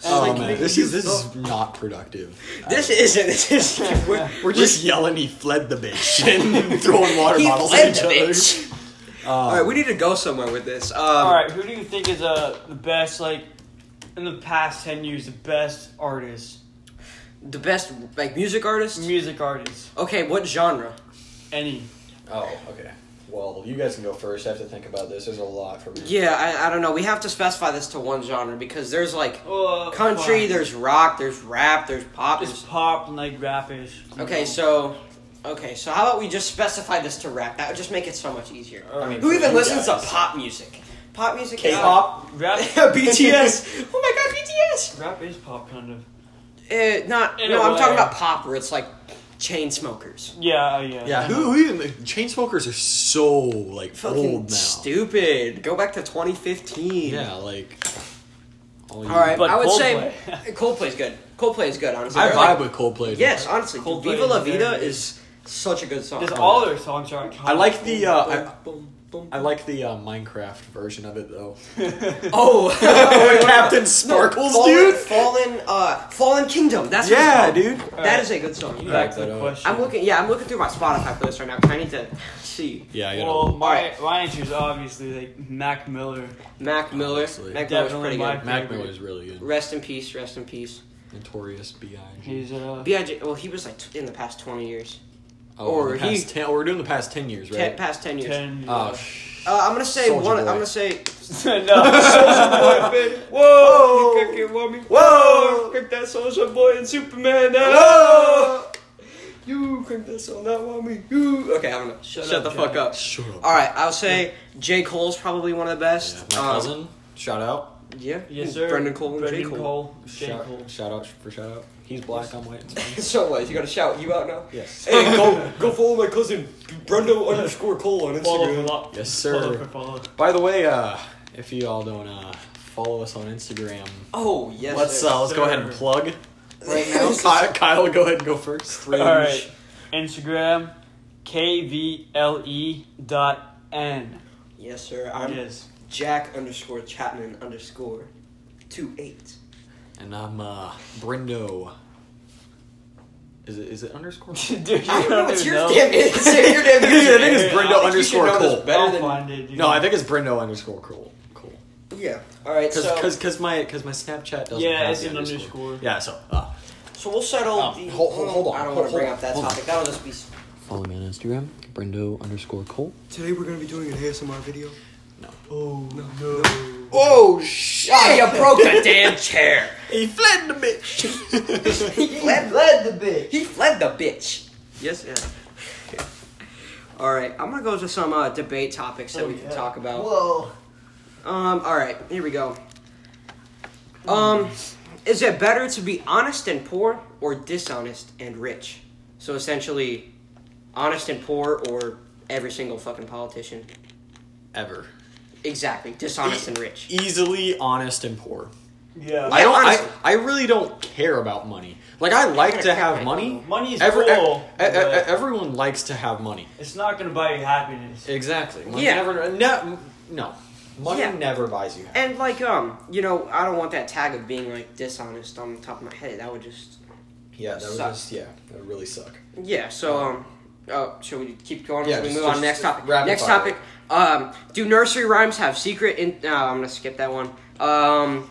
Speaker 3: Oh,
Speaker 2: Like,
Speaker 3: man, this is this is not productive.
Speaker 2: This isn't. This is. We're,
Speaker 3: We're just yelling. He fled the bitch and throwing water
Speaker 2: he
Speaker 3: bottles
Speaker 2: fled
Speaker 3: at each
Speaker 2: the
Speaker 3: other. Um,
Speaker 2: bitch. All right, we need to go somewhere with this. Um,
Speaker 4: All right, who do you think is uh, the best? Like in the past ten years, the best artist,
Speaker 2: The best like music artist.
Speaker 4: music artist,
Speaker 2: Okay, what genre?
Speaker 4: any.
Speaker 3: Oh, okay. Well, you guys can go first. I have to think about this. There's a lot for me.
Speaker 2: Yeah, I, I don't know. We have to specify this to one genre because there's like
Speaker 3: Oh,
Speaker 4: Uh,
Speaker 2: country,
Speaker 4: fine.
Speaker 2: there's rock, there's rap, there's pop.
Speaker 4: It's
Speaker 2: There's...
Speaker 4: pop and like rapish.
Speaker 2: Okay, so okay, so how about we just specify this to rap? That would just make it so much easier.
Speaker 3: I mean,
Speaker 2: Who
Speaker 3: for
Speaker 2: even
Speaker 3: you
Speaker 2: listens
Speaker 3: guys.
Speaker 2: to pop music? Pop music.
Speaker 3: K-pop?
Speaker 4: rap,
Speaker 2: Uh, BTS. oh my
Speaker 4: rap is pop kind of.
Speaker 2: God, BTS. Uh, not.
Speaker 4: In
Speaker 2: no,
Speaker 4: a
Speaker 2: I'm
Speaker 4: way.
Speaker 2: talking about pop, where it's like chain smokers.
Speaker 4: Yeah, oh, yeah.
Speaker 3: Yeah, who, who even? Chainsmokers are so like
Speaker 2: Fucking
Speaker 3: old now.
Speaker 2: stupid. Go back to 2015.
Speaker 3: Yeah, like. All,
Speaker 2: All right,
Speaker 4: But
Speaker 2: I would say
Speaker 4: Coldplay.
Speaker 2: Coldplay's good. Coldplay is good, honestly.
Speaker 3: I
Speaker 2: They're
Speaker 3: vibe
Speaker 2: like-
Speaker 3: with Coldplay.
Speaker 2: yes, honestly,
Speaker 4: Coldplay
Speaker 2: Viva La
Speaker 4: is very
Speaker 2: Vida
Speaker 4: good.
Speaker 2: is such a good song.
Speaker 4: Because all their songs are iconic.
Speaker 3: I like the uh,
Speaker 2: Boom, boom.
Speaker 3: I, I like the uh, Minecraft version of it though.
Speaker 2: oh,
Speaker 3: Captain
Speaker 2: No,
Speaker 3: Sparkles,
Speaker 2: Fallen,
Speaker 3: dude.
Speaker 2: Fallen, uh, Fallen Kingdom. That's what it's
Speaker 3: Yeah,
Speaker 2: called.
Speaker 3: dude.
Speaker 2: That is a good song.
Speaker 4: Back to
Speaker 3: Alright,
Speaker 4: the
Speaker 3: but, uh,
Speaker 4: question.
Speaker 2: I'm looking. Yeah, I'm looking through my Spotify playlist right now. 'cause I need to see
Speaker 3: Yeah, I gotta.
Speaker 4: Well, my
Speaker 2: Alright.
Speaker 4: my answer is obviously like Mac Miller.
Speaker 2: Mac Miller.
Speaker 3: Obviously.
Speaker 2: Mac Miller's
Speaker 4: Definitely
Speaker 2: pretty
Speaker 4: my-
Speaker 2: good.
Speaker 3: Mac Miller is really good.
Speaker 2: Rest in peace. Rest in peace.
Speaker 3: Notorious B.I.G.
Speaker 4: He's uh.
Speaker 2: Big. Well, he was like t- in the past 20 years,
Speaker 3: Oh,
Speaker 2: Or
Speaker 3: the past
Speaker 2: he-
Speaker 3: ten, we're doing the past ten years,
Speaker 2: Ten-
Speaker 3: right?
Speaker 2: past 10 years.
Speaker 4: Ten.
Speaker 3: Oh, sh-
Speaker 2: Uh, I'm gonna say
Speaker 3: Soulja
Speaker 2: one.
Speaker 3: Boy.
Speaker 2: I'm gonna say
Speaker 4: no.
Speaker 2: Whoa! Whoa! Crank that social boy and Superman now! Whoa! You crank that soul now on me. You. Okay, I'm gonna shut,
Speaker 4: up,
Speaker 2: the
Speaker 4: Jack.
Speaker 2: fuck up.
Speaker 3: shut up.
Speaker 2: All right, I'll say J Cole's probably one of the
Speaker 3: Yeah,
Speaker 2: best.
Speaker 3: my
Speaker 2: Um,
Speaker 3: cousin. Shout out.
Speaker 2: Yeah.
Speaker 4: Yes, sir.
Speaker 2: Brendan Cole and
Speaker 4: Brendan
Speaker 2: J Cole.
Speaker 4: Cole. J.
Speaker 3: shout,
Speaker 4: Cole.
Speaker 3: shout out for shout out. He's black. I'm white.
Speaker 2: So what? You gotta shout you out now?
Speaker 3: yes.
Speaker 2: Hey, go go follow my cousin Brendo underscore Cole on
Speaker 4: Follow for lo-
Speaker 3: Yes,
Speaker 4: Follow for
Speaker 3: sir.
Speaker 4: follow.
Speaker 3: By the way, uh, if you all don't uh, follow us on Instagram,
Speaker 2: Oh yes.
Speaker 3: let's
Speaker 2: sir.
Speaker 3: uh, let's go ahead and
Speaker 4: sir.
Speaker 3: plug.
Speaker 2: right now.
Speaker 3: Kyle, Kyle, go ahead and go first.
Speaker 4: All right. Instagram, K V L E dot N.
Speaker 2: Yes, sir. I'm
Speaker 4: yes.
Speaker 2: Jack underscore Chapman underscore two eight.
Speaker 3: And I'm uh, Brendo. Is it is it underscore?
Speaker 4: Dude, you
Speaker 2: I don't know.
Speaker 4: don't
Speaker 2: It's
Speaker 4: even
Speaker 2: your
Speaker 4: know.
Speaker 2: damn. It's your damn.
Speaker 3: I think
Speaker 2: username.
Speaker 3: it's Brendo
Speaker 2: I think you should
Speaker 3: underscore
Speaker 2: know this
Speaker 3: Cole.
Speaker 2: Better
Speaker 4: I'll
Speaker 2: than
Speaker 4: find it, dude.
Speaker 3: No, I think it's Brendo underscore Cole. Cool.
Speaker 2: yeah. All right.
Speaker 3: Because
Speaker 2: So,
Speaker 3: because my because my Snapchat doesn't.
Speaker 4: Yeah,
Speaker 3: have
Speaker 4: it's
Speaker 3: the
Speaker 4: an underscore.
Speaker 3: Yeah, so uh,
Speaker 2: so we'll settle.
Speaker 4: Oh.
Speaker 3: Um,
Speaker 2: the,
Speaker 3: hold- hold- hold on.
Speaker 2: I don't
Speaker 3: Hold-
Speaker 2: want to bring
Speaker 3: hold-
Speaker 2: up that
Speaker 3: hold on.
Speaker 2: topic. That'll just be. s-
Speaker 3: follow me on Instagram, Brendo underscore Cole.
Speaker 2: Today we're gonna be doing an ASMR video.
Speaker 4: Oh no.
Speaker 2: Oh shit! you broke the damn chair.
Speaker 3: He fled the bitch.
Speaker 2: He fled, fled the bitch. He fled the bitch. Yes. Yeah. All right, I'm gonna go to some uh, debate topics that
Speaker 4: Oh,
Speaker 2: we can
Speaker 4: yeah.
Speaker 2: talk about.
Speaker 4: Whoa.
Speaker 2: Um, all right, here we go. Um, is it better to be honest and poor or dishonest and rich? So essentially, honest and poor or Every single fucking politician.
Speaker 3: ever.
Speaker 2: Exactly. Dishonest and rich.
Speaker 3: Easily honest and poor.
Speaker 6: Yeah.
Speaker 3: I don't.
Speaker 2: honestly.
Speaker 3: I, I really don't care about money. Like I like to have money.
Speaker 6: Money's
Speaker 3: Every-
Speaker 6: cool.
Speaker 3: e- e- e-
Speaker 6: but
Speaker 3: everyone likes to have money.
Speaker 6: it's not gonna buy you happiness.
Speaker 3: Exactly. Money
Speaker 2: Yeah.
Speaker 3: Never. Ne- no. Money
Speaker 2: Yeah.
Speaker 3: never buys you. happiness.
Speaker 2: And like um, you know, I don't want that tag of being like dishonest on the top of my head. That would just
Speaker 3: Yeah. That would
Speaker 2: Suck.
Speaker 3: just. Yeah. That would really suck.
Speaker 2: yeah. So um, uh, shall we keep going?
Speaker 3: Yeah,
Speaker 2: Shall we
Speaker 3: just-
Speaker 2: move on
Speaker 3: just
Speaker 2: to next topic.
Speaker 3: rapid
Speaker 2: Next
Speaker 3: fire.
Speaker 2: topic. Um, do nursery rhymes have secret? In no, I'm gonna skip that one. Um.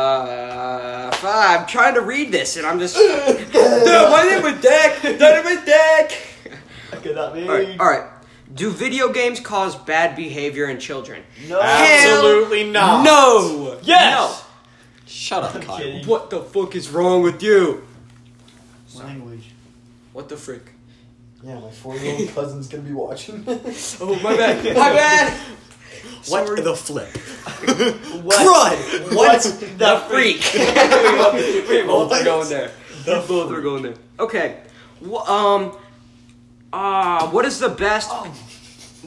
Speaker 2: Uh, I'm trying to read this and I'm just. no, my name is Deck. That is Deck.
Speaker 6: Could that be?
Speaker 2: All right, all right. Do video games cause bad behavior in children?
Speaker 6: No.
Speaker 3: Absolutely not.
Speaker 2: No.
Speaker 6: Yes.
Speaker 3: Shut up, Kyle.
Speaker 6: kidding.
Speaker 2: What the fuck is wrong with you?
Speaker 6: Language.
Speaker 2: What the frick?
Speaker 1: Yeah, my four-year-old cousin's gonna be watching.
Speaker 2: Oh my bad. my bad.
Speaker 3: What the flip?
Speaker 6: What?
Speaker 3: Crud.
Speaker 6: What
Speaker 2: The
Speaker 6: the
Speaker 2: freak. we both are going there. We both are going there. Okay. Wh- um. Uh, what is the best?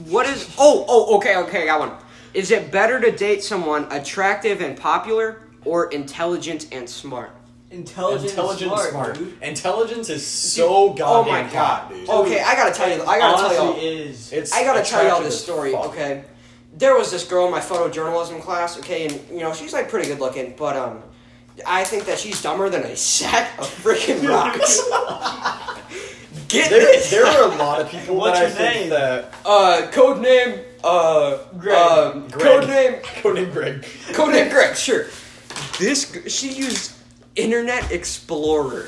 Speaker 2: What is? Oh, oh, okay, okay, I got one. Is it better to date someone attractive and popular or intelligent and smart?
Speaker 6: Intelligent,
Speaker 3: Intelligent
Speaker 6: and
Speaker 3: is
Speaker 6: smart.
Speaker 3: smart.
Speaker 6: Dude.
Speaker 3: Intelligence is so
Speaker 2: Oh
Speaker 3: goddamn
Speaker 2: my
Speaker 3: hot,
Speaker 2: god.
Speaker 3: dude.
Speaker 2: Okay, I gotta tell you. I gotta
Speaker 6: Honestly,
Speaker 2: tell you. all
Speaker 6: is.
Speaker 3: It's
Speaker 2: I gotta tell y'all
Speaker 3: attractive
Speaker 2: this
Speaker 3: as
Speaker 2: story,
Speaker 3: fuck.
Speaker 2: okay? There was this girl in my photojournalism class, okay, and you know she's like pretty good looking, but um, I think that she's dumber than a sack of freaking rocks. Get
Speaker 3: There,
Speaker 2: this.
Speaker 3: there are a lot of people
Speaker 6: What's
Speaker 3: that I
Speaker 6: your
Speaker 3: think
Speaker 6: name?
Speaker 3: that
Speaker 2: uh, code name. Uh,
Speaker 6: Greg.
Speaker 2: Um,
Speaker 3: Greg.
Speaker 2: Code name.
Speaker 3: Conan Greg.
Speaker 2: Code name Greg. Sure. This g- she used Internet Explorer.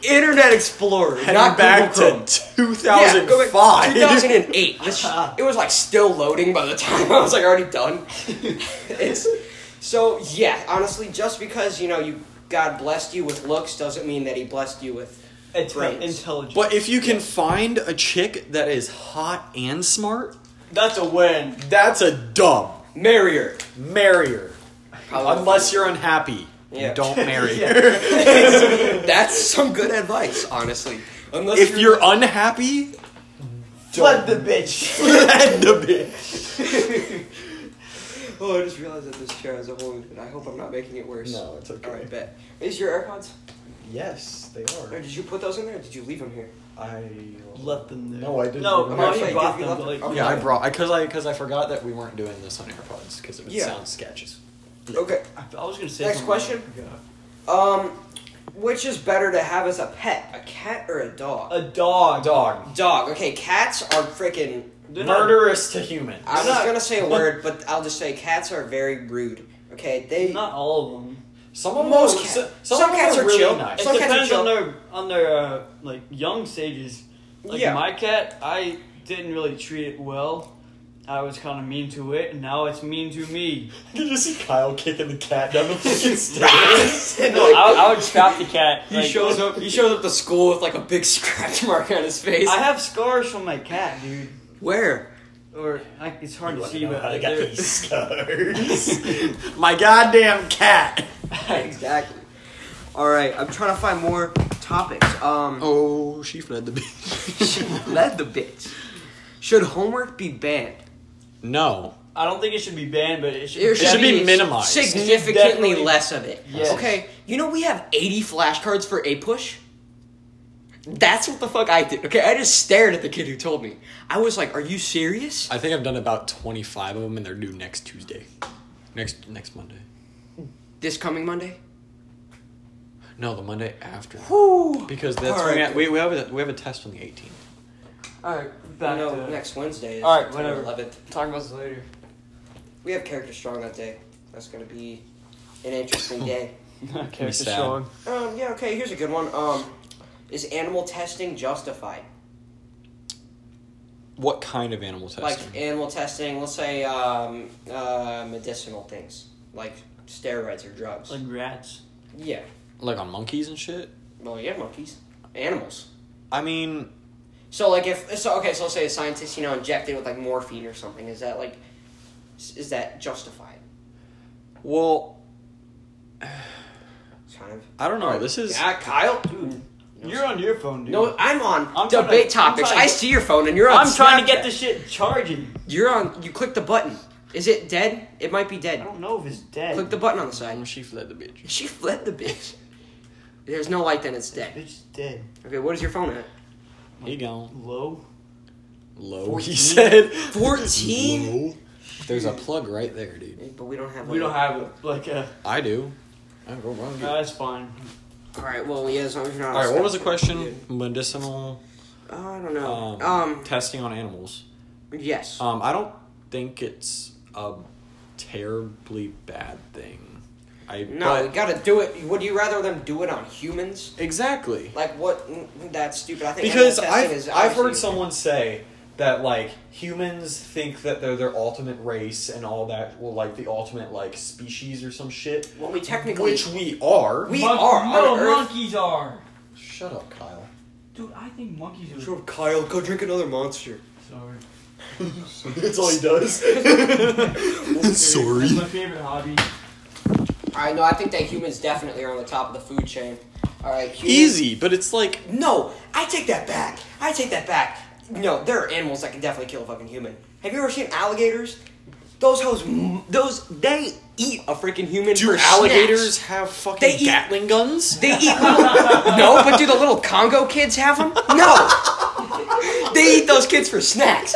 Speaker 2: Internet Explorer, not
Speaker 3: back
Speaker 2: Google Chrome.
Speaker 3: to 2005.
Speaker 2: 2008. This, it was like still loading by the time I was like already done. it's so yeah. Honestly, just because you know you God blessed you with looks doesn't mean that He blessed you with.
Speaker 6: It's
Speaker 2: Brains.
Speaker 6: intelligent.
Speaker 3: But if you can find a chick that is hot and smart,
Speaker 6: that's a win.
Speaker 3: that's a dub.
Speaker 2: Marrier.
Speaker 3: Marry her.
Speaker 2: Probably.
Speaker 3: Unless you're unhappy.
Speaker 2: Yeah.
Speaker 3: You don't marry her.
Speaker 2: That's some good advice, honestly. Unless
Speaker 3: If you're unhappy,
Speaker 6: Flood the bitch.
Speaker 3: then the bitch.
Speaker 2: Oh, I just realized that this chair has a hole in it. I hope I'm not making it worse.
Speaker 3: No, it's okay.
Speaker 2: All right, bet. Is your AirPods?
Speaker 3: Yes, they
Speaker 2: Or
Speaker 3: are.
Speaker 2: did you put those in there? or Did you leave them here?
Speaker 3: I
Speaker 6: Left them there.
Speaker 1: No, I didn't.
Speaker 6: No,
Speaker 1: Am
Speaker 6: no,
Speaker 2: I
Speaker 6: you
Speaker 2: fake?
Speaker 6: brought
Speaker 2: You
Speaker 6: them.
Speaker 2: left
Speaker 6: but,
Speaker 2: them.
Speaker 6: like,
Speaker 3: Yeah, I brought because I because I forgot that we weren't doing this on AirPods because it would
Speaker 2: Yeah.
Speaker 3: sound sketches.
Speaker 2: Okay.
Speaker 6: I I was gonna say.
Speaker 2: Next
Speaker 6: something, but
Speaker 2: Um, which is better to have as a pet, a cat or a dog?
Speaker 6: I forgot. A dog.
Speaker 3: Dog.
Speaker 2: Dog. Okay, cats are freaking.
Speaker 6: They're not-
Speaker 3: Murderous to humans.
Speaker 2: I was
Speaker 6: They're not-
Speaker 2: gonna say a word, but I'll just say cats are very rude. Okay, they.
Speaker 6: Not all of them.
Speaker 3: Some of
Speaker 2: Most
Speaker 3: them,
Speaker 2: cats-
Speaker 3: so-
Speaker 2: some
Speaker 3: of them
Speaker 2: cats are
Speaker 3: really
Speaker 2: chill.
Speaker 3: Nice.
Speaker 6: It
Speaker 2: Some cats are
Speaker 6: depends
Speaker 2: chill.
Speaker 6: on their on their uh, like young stages. Like
Speaker 2: Yeah.
Speaker 6: my cat, I didn't really treat it well. I was kind of mean to it, and now it's mean to me.
Speaker 3: You just see Kyle kicking the cat down the fucking stairs.
Speaker 6: No, I, I would trap the cat.
Speaker 2: he
Speaker 6: like-
Speaker 2: shows up. He shows up to school with like a big scratch mark on his face.
Speaker 6: I have scars from my cat, dude.
Speaker 2: Where?
Speaker 6: Or I, it's hard to see, but like, they're-
Speaker 3: scars. My goddamn cat.
Speaker 2: exactly. All right, I'm trying to find more topics. Um,
Speaker 3: Oh, she fled the beach.
Speaker 2: let the bitch. Should homework be banned?
Speaker 3: no.
Speaker 6: I don't think it should be banned, but it should.
Speaker 2: There
Speaker 6: be
Speaker 3: should be minimized.
Speaker 2: Significantly
Speaker 6: Definitely-
Speaker 2: less of it.
Speaker 6: Yes.
Speaker 2: Okay, you know we have 80 flashcards for A push? That's what the fuck I did. Okay, I just stared at the kid who told me. I was like, are you serious?
Speaker 3: I think I've done about 25 of them and they're due next Tuesday. Next next Monday.
Speaker 2: This coming Monday?
Speaker 3: No, the Monday after.
Speaker 2: Woo!
Speaker 3: Because that's
Speaker 2: All
Speaker 3: when we,
Speaker 2: right.
Speaker 3: ha- we, we have a, we have a test on the 18th.
Speaker 6: Alright, back
Speaker 2: no,
Speaker 6: to
Speaker 2: next Wednesday is
Speaker 6: All right,
Speaker 2: September
Speaker 6: whatever.
Speaker 2: 11th.
Speaker 6: Talk about this later.
Speaker 2: We have Character Strong that day. That's gonna be an interesting day.
Speaker 6: Okay,
Speaker 3: sad.
Speaker 6: showing.
Speaker 2: Um, yeah, okay, here's a good one. Um, is animal testing justified?
Speaker 3: What kind of animal testing?
Speaker 2: like animal testing, let's say um, uh, medicinal things like steroids or drugs.
Speaker 6: Like rats.
Speaker 2: yeah,
Speaker 3: like on monkeys and shit?
Speaker 2: well, yeah, monkeys, animals.
Speaker 3: I mean,
Speaker 2: So like if so, okay, so let's say a scientist you know injected with like morphine or something. Is that like s- is that justified?
Speaker 3: well,
Speaker 2: Kind of.
Speaker 3: I don't know.
Speaker 2: Alright.
Speaker 3: This is
Speaker 2: yeah, Kyle. Dude,
Speaker 4: You're on your phone, dude.
Speaker 2: No, I'm on
Speaker 4: I'm trying
Speaker 2: debate
Speaker 4: to-
Speaker 2: topics.
Speaker 4: I'm trying-
Speaker 2: I see your phone and you're on.
Speaker 4: I'm trying to get
Speaker 2: Snapchat.
Speaker 4: this shit charging.
Speaker 2: You're on. You click the button. Is it dead? It might be
Speaker 4: I
Speaker 2: dead.
Speaker 4: don't know if it's dead.
Speaker 2: Click the button on the side.
Speaker 7: She fled the bitch.
Speaker 2: She fled the bitch. There's no light, then it's dead.
Speaker 4: Bitch is dead.
Speaker 2: Okay, what is your phone at?
Speaker 3: He gone.
Speaker 4: Low.
Speaker 3: Low, he said.
Speaker 2: 14?
Speaker 3: Low. There's a plug right there, dude.
Speaker 2: But we don't have
Speaker 4: We don't have it. Like uh, a.
Speaker 3: I do. I go wrong.
Speaker 4: No, that's fine.
Speaker 2: Alright, well, yeah, as long as you're not.
Speaker 3: All right, what was the question? Medicinal
Speaker 2: Uh, I don't know.
Speaker 3: um,
Speaker 2: Um,
Speaker 3: testing on animals.
Speaker 2: yes.
Speaker 3: Um, I don't think it's a terribly bad thing. I
Speaker 2: No,
Speaker 3: but-
Speaker 2: we gotta do it. Would you rather them do it on humans?
Speaker 3: exactly.
Speaker 2: Like, what? mm, That's stupid. I think
Speaker 3: because
Speaker 2: animal testing
Speaker 3: I've,
Speaker 2: is
Speaker 3: I've heard
Speaker 2: obviously-
Speaker 3: someone say that like humans think that they're their ultimate race and all that well like the ultimate like species or some shit
Speaker 2: Well, we technically.
Speaker 3: which we are
Speaker 2: We are on
Speaker 4: No,
Speaker 2: Earth.
Speaker 4: monkeys are.
Speaker 3: shut up kyle
Speaker 4: Dude, I think monkeys are.
Speaker 2: Kyle, go drink another monster.
Speaker 4: Sorry.
Speaker 3: that's all he does
Speaker 4: That's my favorite hobby.
Speaker 2: Alright, no, I think that humans definitely are on the top of the food chain. Alright, humans-
Speaker 3: easy but it's like
Speaker 2: No, I take that back. I take that back. No, there are animals that can definitely kill a fucking human. Have you ever seen alligators? Those hoes, m- those they eat a freaking human.
Speaker 3: do
Speaker 2: for
Speaker 3: alligators
Speaker 2: snacks.
Speaker 3: have
Speaker 2: They
Speaker 3: fucking
Speaker 2: eat-
Speaker 3: gatling guns
Speaker 2: They eat little, no, but do the little Congo kids have them? No, they eat those kids for snacks.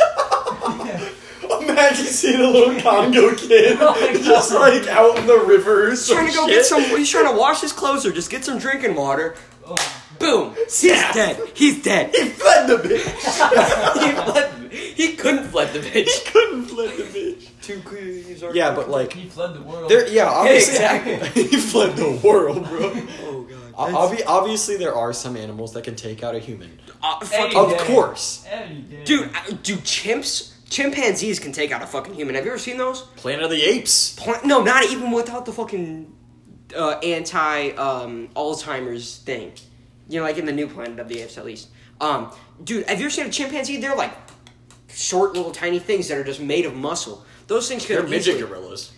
Speaker 3: imagine seeing a little congo kid
Speaker 2: Oh
Speaker 3: just like out in the river or some
Speaker 2: He's trying to go
Speaker 3: shit.
Speaker 2: get some. He's trying to wash his clothes or just get some drinking water.
Speaker 4: Oh,
Speaker 2: Boom! He's dead. He's dead.
Speaker 3: he fled the bitch
Speaker 2: He, fled, he couldn't fled the bitch.
Speaker 3: couldn't fled the bitch
Speaker 2: Too clear. He's already-
Speaker 3: yeah but like
Speaker 4: He fled the world.
Speaker 3: There, yeah, obviously.
Speaker 2: Exactly.
Speaker 3: he fled the world, bro.
Speaker 2: Oh god.
Speaker 3: Obvi- obviously, there are some animals that can take out a human.
Speaker 2: Uh, fuck-
Speaker 4: Hey,
Speaker 3: Of
Speaker 4: yeah.
Speaker 3: course.
Speaker 4: Any day.
Speaker 2: Dude, I- do chimps? Chimpanzees can take out a fucking human. Have you ever seen those?
Speaker 3: Planet of the Apes.
Speaker 2: Pla- No, not even without the fucking uh, anti um, Alzheimer's thing. You know, like in the new Planet of the Apes, at least. Um, dude, have you ever seen a chimpanzee? They're like short little tiny things that are just made of muscle. Those things could
Speaker 3: They're midget
Speaker 2: easily-
Speaker 3: gorillas.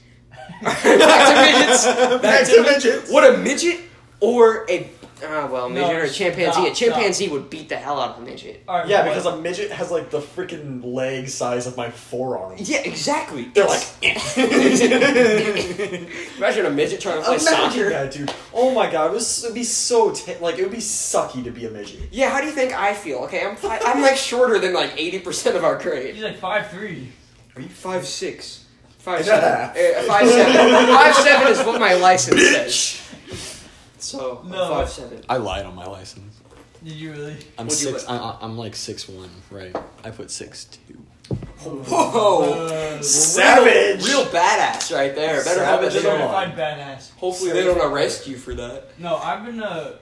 Speaker 2: Back to midgets.
Speaker 3: Back to midgets.
Speaker 2: What a midget or a uh, well, midget or a chimpanzee.
Speaker 4: no,
Speaker 2: a chimpanzee would beat the hell out of a midget.
Speaker 4: Alright,
Speaker 3: Yeah,
Speaker 4: what-
Speaker 3: because a midget has like the freaking leg size of my forearm.
Speaker 2: Yeah, exactly.
Speaker 3: They're like,
Speaker 2: Imagine a midget trying to play
Speaker 3: imagine
Speaker 2: soccer.
Speaker 3: that, dude. Oh my god, it was, it'd be so ta- like it would be sucky to be a midget.
Speaker 2: Yeah, how do you think I feel? Okay, I'm fi- I'm like shorter than like eighty percent of our grade.
Speaker 4: He's like five three.
Speaker 2: Are you five six? Five
Speaker 3: Yeah.
Speaker 2: seven. Eh, five seven. Five seven is what my license says. So I'm
Speaker 4: No.
Speaker 2: five seven.
Speaker 3: I lied on my license.
Speaker 4: Did you really?
Speaker 3: I'm
Speaker 2: What'd you
Speaker 3: six.
Speaker 2: put?
Speaker 3: I, I- I'm like six one, right? I put six two.
Speaker 2: Whoa.
Speaker 4: Uh,
Speaker 3: Savage.
Speaker 2: Real, real badass right there. Better have it
Speaker 3: Savage
Speaker 2: than
Speaker 3: on.
Speaker 2: all.
Speaker 4: certified badass.
Speaker 2: Hopefully they don't arrest you for that.
Speaker 4: No, I've been uh,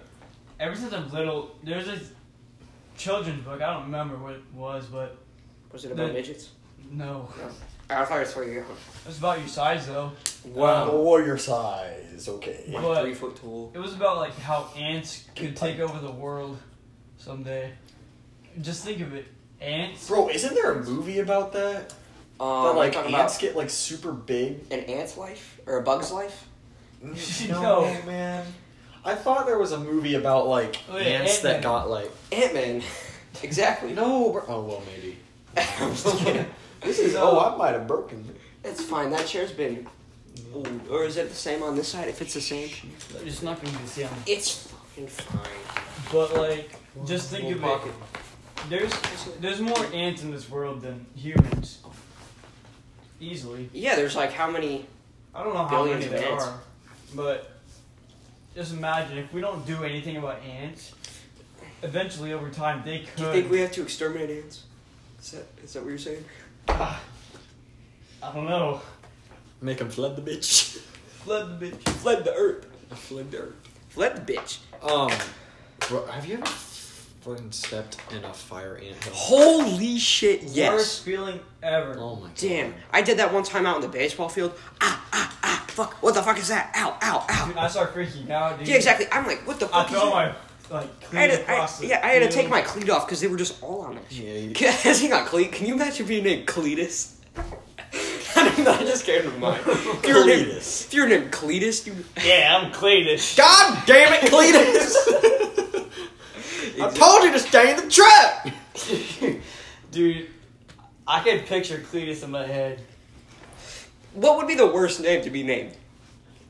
Speaker 4: ever since I'm little. There's this children's book. I don't remember what it was, but
Speaker 2: Was it
Speaker 4: about The-
Speaker 2: midgets?
Speaker 4: no,
Speaker 2: I thought it was for you.
Speaker 4: it's about your size though.
Speaker 2: Wow.
Speaker 3: Warrior size. Okay.
Speaker 2: Like
Speaker 4: But-
Speaker 2: three foot tall.
Speaker 4: It was about like how ants could take over the world someday. Just think of it, ants.
Speaker 3: Bro, isn't there a movie about that?
Speaker 2: Um,
Speaker 3: But like
Speaker 2: you're
Speaker 3: ants
Speaker 2: talking about
Speaker 3: get like super big. Mm,
Speaker 2: an ant's life or a bug's life?
Speaker 4: No.
Speaker 3: man. I thought there was a movie about like
Speaker 4: Oh, yeah,
Speaker 3: ants that
Speaker 4: Ant-Man.
Speaker 3: got like
Speaker 2: Ant Man. exactly.
Speaker 3: no. Bro- oh well, maybe.
Speaker 2: I'm just kidding.
Speaker 3: This is oh,
Speaker 4: No.
Speaker 3: I might have broken. it.
Speaker 2: It's fine. That chair's been. Ooh, or is it the same on this side? If it's the same,
Speaker 4: It's not gonna be the same.
Speaker 2: it's fucking fine.
Speaker 4: But like, just think of
Speaker 2: We'll
Speaker 4: it. There's there's more ants in this world than humans. Easily.
Speaker 2: Yeah, there's like how many?
Speaker 4: I don't know how
Speaker 2: Billions
Speaker 4: many
Speaker 2: of
Speaker 4: there
Speaker 2: ants.
Speaker 4: are, but just imagine if we don't do anything about ants. Eventually, over time, they could.
Speaker 2: Do you think we have to exterminate ants? Is that is that what you're saying?
Speaker 4: I don't know.
Speaker 3: Make him flood the bitch.
Speaker 4: Flood the bitch.
Speaker 2: Fled the earth.
Speaker 3: flood the earth.
Speaker 2: Fled the bitch.
Speaker 3: Um, bro, have you ever fucking stepped in a fire ant hill?
Speaker 2: Holy shit!
Speaker 4: Worst
Speaker 2: Yes.
Speaker 4: feeling ever.
Speaker 3: Oh my god.
Speaker 2: Damn, I did that one time out in the baseball field. Ah ah ah! Fuck! What the fuck is that? Ow ow
Speaker 4: Dude,
Speaker 2: ow!
Speaker 4: I start freaking out, dude.
Speaker 2: Yeah, exactly. I'm like, what the
Speaker 4: I
Speaker 2: fuck? is
Speaker 4: throw
Speaker 2: that?
Speaker 4: my like
Speaker 2: I
Speaker 4: clean
Speaker 2: had to, I,
Speaker 4: across the
Speaker 2: yeah, I had to take
Speaker 4: field.
Speaker 2: my cleat off because they were just all on it.
Speaker 3: Yeah, you-
Speaker 2: Hang on, Cleet. Can you imagine being named Cletus? I just came to mind. If you were named-
Speaker 3: Cletus.
Speaker 2: If you're named Cletus, you.
Speaker 4: Yeah, I'm Cletus.
Speaker 3: God damn it, Cletus!
Speaker 1: I told you to stay in the trap.
Speaker 6: Dude, I can picture Cletus in my head.
Speaker 2: What would be the worst name to be named?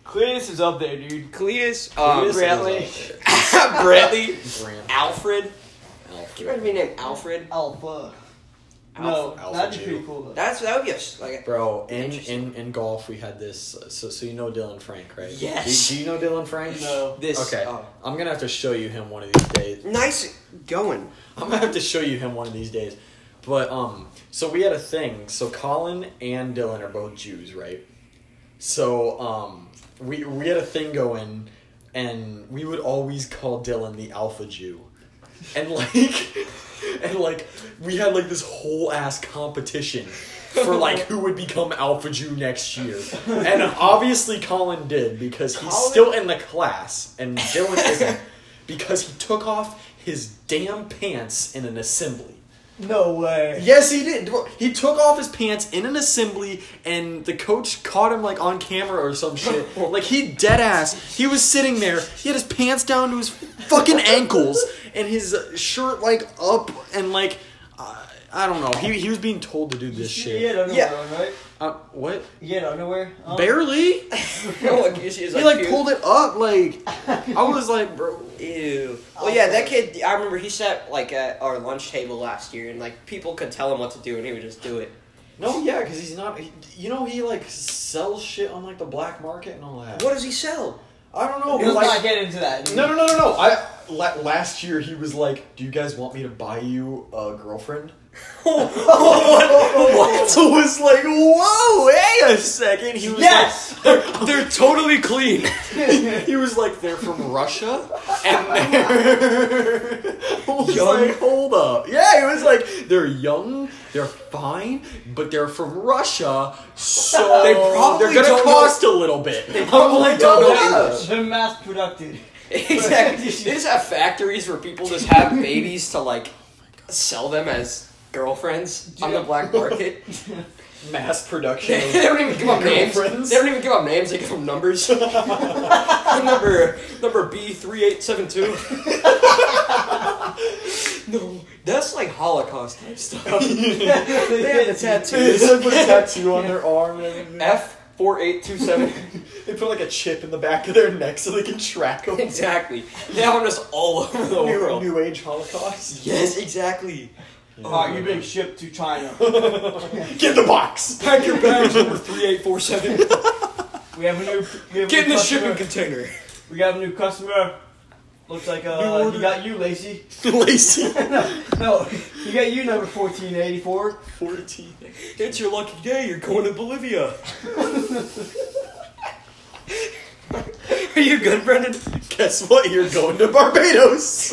Speaker 6: Cletus is up there, dude.
Speaker 2: Cletus? Um,
Speaker 6: Cletus Bradley.
Speaker 2: Bradley?
Speaker 3: Grant
Speaker 2: Alfred? You better
Speaker 3: Alfred.
Speaker 2: be named Alfred.
Speaker 6: Alpha.
Speaker 3: Alpha-
Speaker 6: no,
Speaker 3: Alpha
Speaker 6: that'd be
Speaker 3: Jew.
Speaker 6: pretty cool. Though.
Speaker 2: That's that would be a, s- like
Speaker 3: Bro, in, in in golf we had this. uh, So so you know Dylan Frank, right?
Speaker 2: Yes.
Speaker 3: Do, do you know Dylan Frank?
Speaker 6: No.
Speaker 2: this.
Speaker 3: Okay.
Speaker 2: uh,
Speaker 3: I'm gonna have to show you him one of these days.
Speaker 2: nice going.
Speaker 3: I'm gonna have to show you him one of these days. But um, so we had a thing. So Colin and Dylan are both Jews, right? So um, we we had a thing going, and we would always call Dylan the Alpha Jew, and like, and like we had like this whole ass competition for like who would become Alpha Jew next year, and obviously Colin did because he's
Speaker 6: Colin-
Speaker 3: still in the class, and Dylan isn't because he took off his damn pants in an assembly.
Speaker 6: No way.
Speaker 3: Yes, he did. He took off his pants in an assembly, and the coach caught him like on camera or some shit. Like he dead ass. He was sitting there. He had his pants down to his fucking ankles, and his uh, shirt like up, and like uh, I don't know. He he was being told to do this
Speaker 6: He had
Speaker 3: shit.
Speaker 6: underwear
Speaker 2: Yeah.
Speaker 6: on, right?
Speaker 3: Uh, what?
Speaker 6: He had underwear on?
Speaker 3: Barely.
Speaker 2: he
Speaker 3: He Oh. like pulled it up. Like I was like, bro.
Speaker 2: Ew. Well, yeah, that kid. I remember he sat like at our lunch table last year, and like people could tell him what to do, and he would just do it.
Speaker 3: No, yeah, because he's not. He, you know, he like sells shit on like the black market and all that.
Speaker 2: What does he sell?
Speaker 3: I don't know.
Speaker 6: Let's
Speaker 3: but, like,
Speaker 6: not get into that. dude.
Speaker 3: No, no, no, no, no. I la- last year he was like, "Do you guys want me to buy you a girlfriend?" what? I was like, "Whoa, hey, a second. He was
Speaker 6: Yes!
Speaker 3: like, they're, they're totally clean. he was like, "They're from Russia," and they're I was
Speaker 2: Young?
Speaker 3: like, "Hold up." Yeah, he was like, "They're young, they're fine, but they're from Russia, so
Speaker 2: They probably
Speaker 3: are gonna
Speaker 2: don't know-
Speaker 3: cost a little bit."
Speaker 6: Oh.
Speaker 3: They
Speaker 2: probably don't know English.
Speaker 6: They're mass productive.
Speaker 2: exactly. They just have factories where people just have babies to like sell them as girlfriends on the black market.
Speaker 3: mass production.
Speaker 2: they don't even give up names.
Speaker 3: Girlfriends?
Speaker 2: They don't even give up names. They give them numbers. number number B three eight seven two. No, that's like Holocaust type stuff. They have the
Speaker 3: They
Speaker 2: tattoos.
Speaker 3: just put a tattoo on their arm and everything.
Speaker 2: F four eight two seven.
Speaker 3: They put like a chip in the back of their neck so they can track them.
Speaker 2: Exactly. They have them just all over the
Speaker 3: New,
Speaker 2: world.
Speaker 3: new Age Holocaust.
Speaker 2: Yes, exactly.
Speaker 6: Alright, you're being shipped to China.
Speaker 3: Get the box.
Speaker 2: Pack your bags number three eight four seven.
Speaker 6: We have a new. We have a
Speaker 2: Get in
Speaker 6: new
Speaker 2: the
Speaker 6: customer.
Speaker 2: shipping container.
Speaker 6: We got a new customer. Looks like uh, he got you, Lacey.
Speaker 3: Lacey.
Speaker 6: No, he got you number 1484.
Speaker 3: Fourteen.
Speaker 2: It's your lucky day. You're going to Bolivia. Are you good, Brendan?
Speaker 3: Guess what? You're going to Barbados.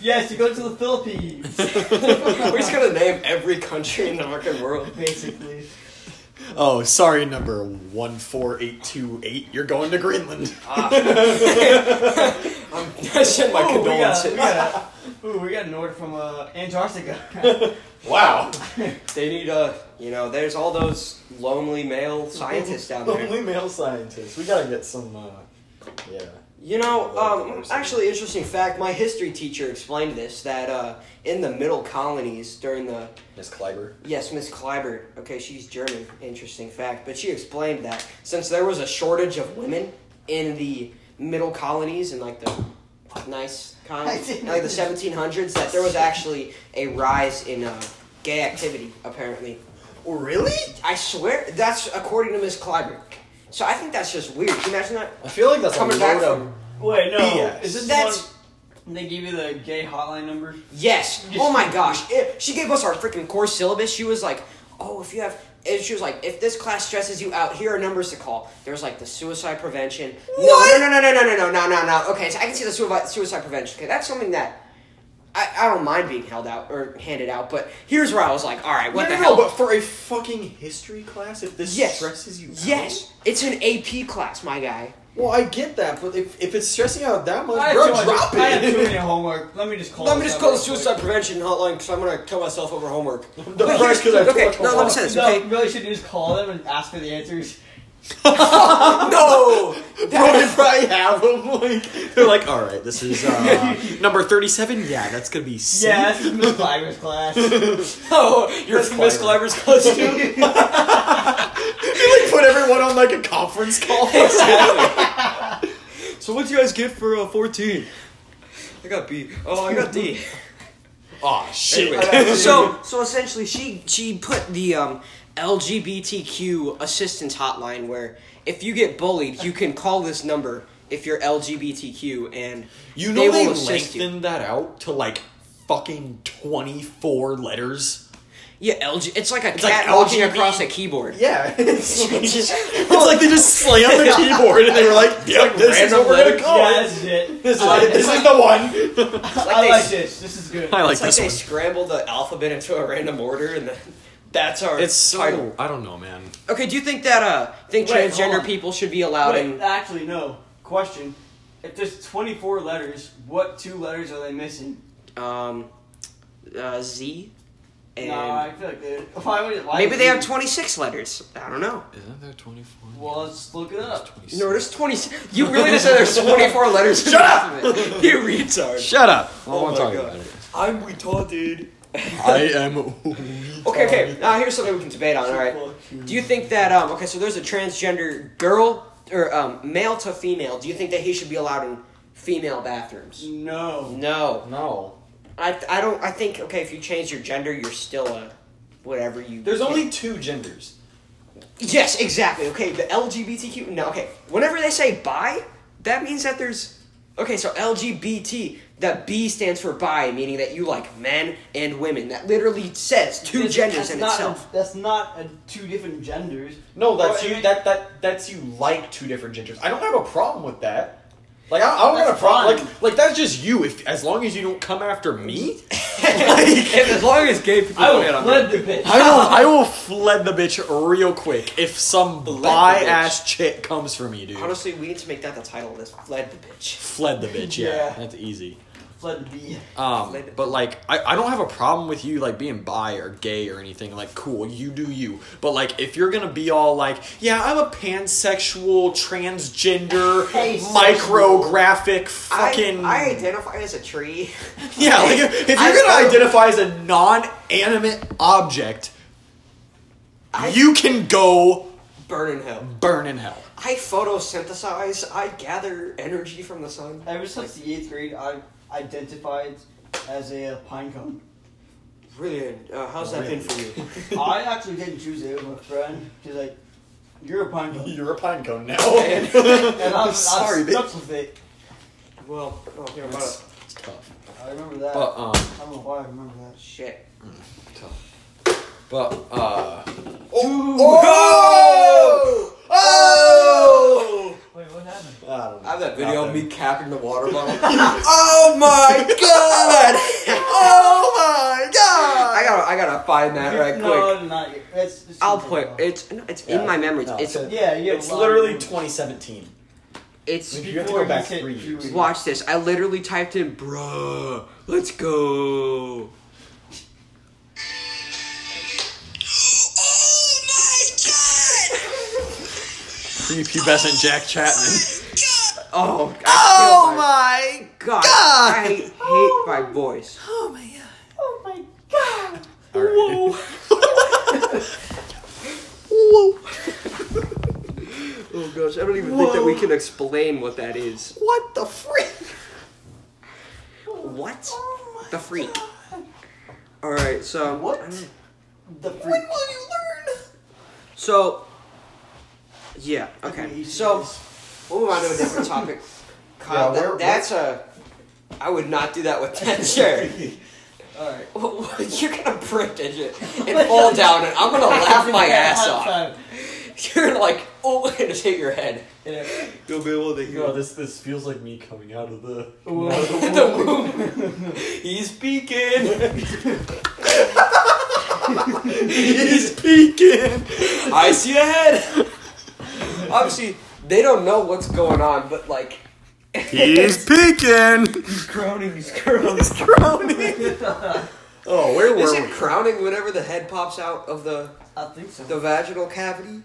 Speaker 6: Yes, you go to the Philippines,
Speaker 2: We're just gonna name every country in the fucking world.
Speaker 6: basically.
Speaker 3: oh, sorry, number one four eight two eight. You're going to Greenland.
Speaker 2: I'm, I send my
Speaker 6: Ooh, we got, we
Speaker 2: condolences.
Speaker 6: got, ooh, we got an order from uh, Antarctica.
Speaker 3: Wow.
Speaker 2: They need uh, you know, there's all those lonely male scientists down there.
Speaker 3: Only male scientists. We gotta get some. Uh, yeah.
Speaker 2: You know, um, actually, interesting fact. My history teacher explained this that uh, in the middle colonies during the
Speaker 3: Miss Kleiber.
Speaker 2: Yes, Miss Kleiber. Okay, she's German. Interesting fact. But she explained that since there was a shortage of women in the middle colonies and like the nice colonies, in, like the 1700s, that there was actually a rise in uh, gay activity, apparently. Oh,
Speaker 3: Really?
Speaker 2: I swear, that's according to Miss Kleiber. So I think that's just weird. Can you imagine that?
Speaker 3: I feel like that's
Speaker 2: Coming
Speaker 3: a
Speaker 2: back
Speaker 3: load of-
Speaker 2: from-
Speaker 6: Wait, no.
Speaker 3: BS.
Speaker 6: Is this
Speaker 2: That's-
Speaker 6: the one they give you the gay hotline number?
Speaker 2: Yes. Oh my gosh. It- she gave us our freaking course syllabus. She was like, "Oh, if you have," and she was like, "If this class stresses you out, here are numbers to call." There's like the suicide prevention. What? No, no, no, no, no, no, no, no, no, no. Okay, so I can see the suicide suicide prevention. Okay, that's something that. I, I don't mind being held out or handed out, but here's where I was like, all right, what
Speaker 3: no,
Speaker 2: the
Speaker 3: no,
Speaker 2: hell?
Speaker 3: No, but for a fucking history class, if this
Speaker 2: Yes.
Speaker 3: stresses you out.
Speaker 2: yes, it's an AP class, my guy.
Speaker 3: Well, I get that, but if, if it's stressing you out that much,
Speaker 6: I
Speaker 3: bro,
Speaker 6: have too much-
Speaker 3: drop
Speaker 6: I have too many
Speaker 3: it.
Speaker 6: homework. Let me just call.
Speaker 2: Let me
Speaker 6: this
Speaker 2: just call the
Speaker 6: number real
Speaker 2: suicide prevention hotline because I'm gonna kill myself over homework.
Speaker 3: depressed 'cause I have too
Speaker 2: okay,
Speaker 3: much
Speaker 2: no, let me
Speaker 3: homework.
Speaker 2: say
Speaker 6: quick.
Speaker 2: this.
Speaker 6: No,
Speaker 2: Okay,
Speaker 6: you really should just call them and ask for the answers.
Speaker 2: no!
Speaker 3: Bro, they probably have them. Like they're like, all right, this is uh, number thirty-seven. Yeah, that's gonna be C.
Speaker 6: Yeah, that's Miss Cliver's class.
Speaker 3: oh, you're
Speaker 2: Miss
Speaker 3: from Miss
Speaker 2: Cliver.
Speaker 3: Cliver's class too. you like put everyone on like a conference call.
Speaker 4: So what do you guys get for uh, 14?
Speaker 2: I got B. Oh, I got D.
Speaker 3: oh shit.
Speaker 2: Anyway, so so essentially, she she put the um, LGBTQ assistance hotline where if you get bullied, you can call this number if you're LGBTQ, and
Speaker 3: You know they,
Speaker 2: will assist you.
Speaker 3: lengthened that out to like fucking twenty-four letters.
Speaker 2: Yeah, LG. It's like a
Speaker 3: like
Speaker 2: cat walking
Speaker 3: LGB.
Speaker 2: across a keyboard.
Speaker 3: Yeah, it's, like they just slammed the keyboard and they were like, "Yep, this is
Speaker 4: random
Speaker 3: what we're gonna
Speaker 4: letters.
Speaker 3: call."
Speaker 6: Yeah,
Speaker 3: it.
Speaker 6: this is it.
Speaker 3: This is,
Speaker 6: I like
Speaker 3: this
Speaker 6: this.
Speaker 3: is the one.
Speaker 6: I like this. This is good.
Speaker 3: I like
Speaker 2: It's like
Speaker 3: this
Speaker 2: they
Speaker 3: one.
Speaker 2: scrambled the alphabet into a random order, and then that's our
Speaker 3: It's
Speaker 2: title.
Speaker 3: so I don't know, man.
Speaker 2: Okay, do you think that uh think
Speaker 6: Wait, hold
Speaker 2: transgender
Speaker 6: on.
Speaker 2: people should be allowed
Speaker 4: Wait.
Speaker 2: in?
Speaker 6: Actually, no. Question. If there's 24 letters, what two letters are they missing?
Speaker 2: um, uh, Z, and
Speaker 6: nah, I feel like they. Why would it? Why
Speaker 2: maybe
Speaker 6: would
Speaker 2: they
Speaker 6: you-
Speaker 2: have twenty six letters. I don't know.
Speaker 3: Isn't there twenty-four?
Speaker 6: Well, let's look it up.
Speaker 2: No, there's twenty. You really just said there's twenty four letters. Shut up, you retard.
Speaker 3: Shut up.
Speaker 2: Oh my God.
Speaker 4: I'm retarded.
Speaker 3: I am.
Speaker 2: Okay, okay. Now here's something we can debate on. All right. Do you think that um okay so there's a transgender girl or um male to female? Do you think that he should be allowed in female bathrooms?
Speaker 6: No.
Speaker 2: No,
Speaker 3: No.
Speaker 2: I I don't. I think okay if you change your gender you're still a whatever you.
Speaker 3: There's only two genders.
Speaker 2: Yes, exactly. Okay, the LGBTQ. No, okay. Whenever they say bi, that means that there's. Okay, so LGBT. That B stands for bi, meaning that you like men and women. That literally says two
Speaker 6: That's-
Speaker 2: genders
Speaker 6: that's
Speaker 2: in
Speaker 6: not
Speaker 2: itself.
Speaker 6: A, that's not a, two different genders.
Speaker 3: No, that's
Speaker 6: Or-
Speaker 3: you. That that that's you like two different genders. I don't have a problem with that. Like I, I don't have a
Speaker 6: That's
Speaker 3: problem.
Speaker 6: fine.
Speaker 3: Like like that's just you. If as long as you don't come after me,
Speaker 2: If- as long as gay people
Speaker 6: I
Speaker 2: don't
Speaker 6: would
Speaker 2: hit on
Speaker 6: fled the bitch.
Speaker 3: I will I will fled the bitch real quick. If some bi ass chick comes for me, dude.
Speaker 2: Honestly, we need to make that the title of this. Fled the bitch.
Speaker 3: Fled the bitch.
Speaker 6: Yeah.
Speaker 3: Yeah, that's easy.
Speaker 6: fled the B.
Speaker 3: Um,
Speaker 2: Fled the-
Speaker 3: but like I, I don't have a problem with you like being bi or gay or anything. Like cool, you do you. But like if you're gonna be all like, yeah, I'm a pansexual, transgender,
Speaker 6: Asexual.
Speaker 3: micrographic, fucking
Speaker 2: I, I identify as a tree.
Speaker 3: Yeah, like if, if you're
Speaker 2: I
Speaker 3: gonna
Speaker 2: don't-
Speaker 3: identify as a non-animate object,
Speaker 2: I-
Speaker 3: you can go
Speaker 2: Burn in hell.
Speaker 3: burn in hell.
Speaker 2: I photosynthesize. I gather energy from the sun.
Speaker 6: Ever since the eighth grade, I've identified as a pine cone.
Speaker 2: Brilliant. Uh, how's that been for you?
Speaker 6: I actually didn't choose it. It was my friend. She's like, "You're a pine cone,"
Speaker 3: You're a pine cone now.
Speaker 6: and I was I
Speaker 3: Sorry,
Speaker 6: was
Speaker 3: bitch.
Speaker 6: stuck with it.
Speaker 2: Well, oh, here, about it.
Speaker 3: It's tough.
Speaker 6: I remember that.
Speaker 3: But
Speaker 2: Uh-uh.
Speaker 3: um,
Speaker 6: I don't know why I remember that.
Speaker 2: Shit.
Speaker 3: tough. But uh.
Speaker 2: Oh!
Speaker 3: Oh!
Speaker 6: Wait, what happened?
Speaker 3: I don't know.
Speaker 1: have that video of me capping the water bottle.
Speaker 2: Oh my god!
Speaker 1: oh my god!
Speaker 2: I gotta, I gotta find that right
Speaker 6: no,
Speaker 2: quick.
Speaker 6: not yet. It's, it's
Speaker 2: I'll put it's, no, it's in my memories.
Speaker 3: No,
Speaker 2: it's,
Speaker 6: Yeah, yeah.
Speaker 3: It's literally 2017.
Speaker 2: it's.
Speaker 3: You have to
Speaker 6: Before
Speaker 3: go back
Speaker 6: he said
Speaker 3: three
Speaker 6: you
Speaker 3: years.
Speaker 6: were-
Speaker 2: Watch this. I literally typed in, "Bruh, let's go."
Speaker 5: Oh my god!
Speaker 3: Prepubescent Jack Chapman.
Speaker 5: God!
Speaker 2: Oh. I
Speaker 1: Oh
Speaker 2: feel my
Speaker 1: my
Speaker 2: god! I
Speaker 1: god!
Speaker 2: hate my voice.
Speaker 1: Oh my god!
Speaker 6: Oh my god!
Speaker 3: Whoa.
Speaker 1: Whoa!
Speaker 2: Oh gosh, I don't even think that we can explain what that is.
Speaker 1: What the freak?
Speaker 2: What? The freak. All right, so
Speaker 6: What? The freak.
Speaker 1: When will you learn?
Speaker 2: So, yeah, okay. So, we'll move on to a different topic. Kyle,
Speaker 3: Yeah,
Speaker 2: that-
Speaker 3: we're-
Speaker 2: that's a. I would not do that with that chair.
Speaker 6: all right.
Speaker 2: You're gonna break it and fall down, and I'm gonna laugh my ass off. You're like, oh, and just hit your head.
Speaker 6: Yeah.
Speaker 2: You'll be able to
Speaker 3: No, this this feels like me coming out of the.
Speaker 2: the womb. He's speaking.
Speaker 3: He's peeking.
Speaker 2: I see a head. Obviously, they don't know what's going on, but like,
Speaker 3: He's peeking.
Speaker 2: crowning, he's crowning.
Speaker 3: Oh, where were
Speaker 2: Is
Speaker 3: we? Oh,
Speaker 2: it crowning whenever the head pops out of the
Speaker 6: I think so.
Speaker 2: the vaginal cavity?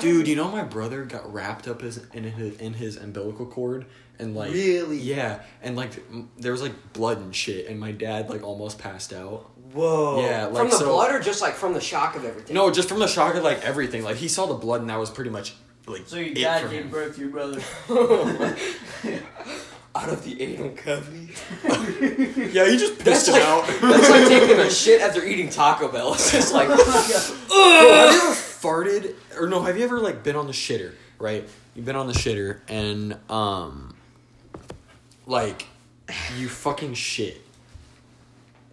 Speaker 3: Dude, you know my brother got wrapped up his, in his in his umbilical cord and like
Speaker 2: Really?
Speaker 3: yeah, and like m- there was like blood and shit, and my dad like almost passed out.
Speaker 2: Whoa.
Speaker 3: Yeah,
Speaker 2: from
Speaker 3: Uh, like,
Speaker 2: the
Speaker 3: so-
Speaker 2: blood or just like from the shock of everything?
Speaker 3: No, just from the shock of like everything, like he saw the blood, and that was pretty much like
Speaker 6: So your
Speaker 3: it
Speaker 6: dad
Speaker 3: for
Speaker 6: gave
Speaker 3: him.
Speaker 6: birth to your brother.
Speaker 2: Out of the anal cavity.
Speaker 3: Yeah, he just
Speaker 2: That's
Speaker 3: pissed him
Speaker 2: like,
Speaker 3: out.
Speaker 2: that's like taking a shit after eating Taco Bell. It's just like,
Speaker 3: Bro, have you ever farted or no? Have you ever like been on the shitter? Right, you've been on the shitter and um, like you fucking shit,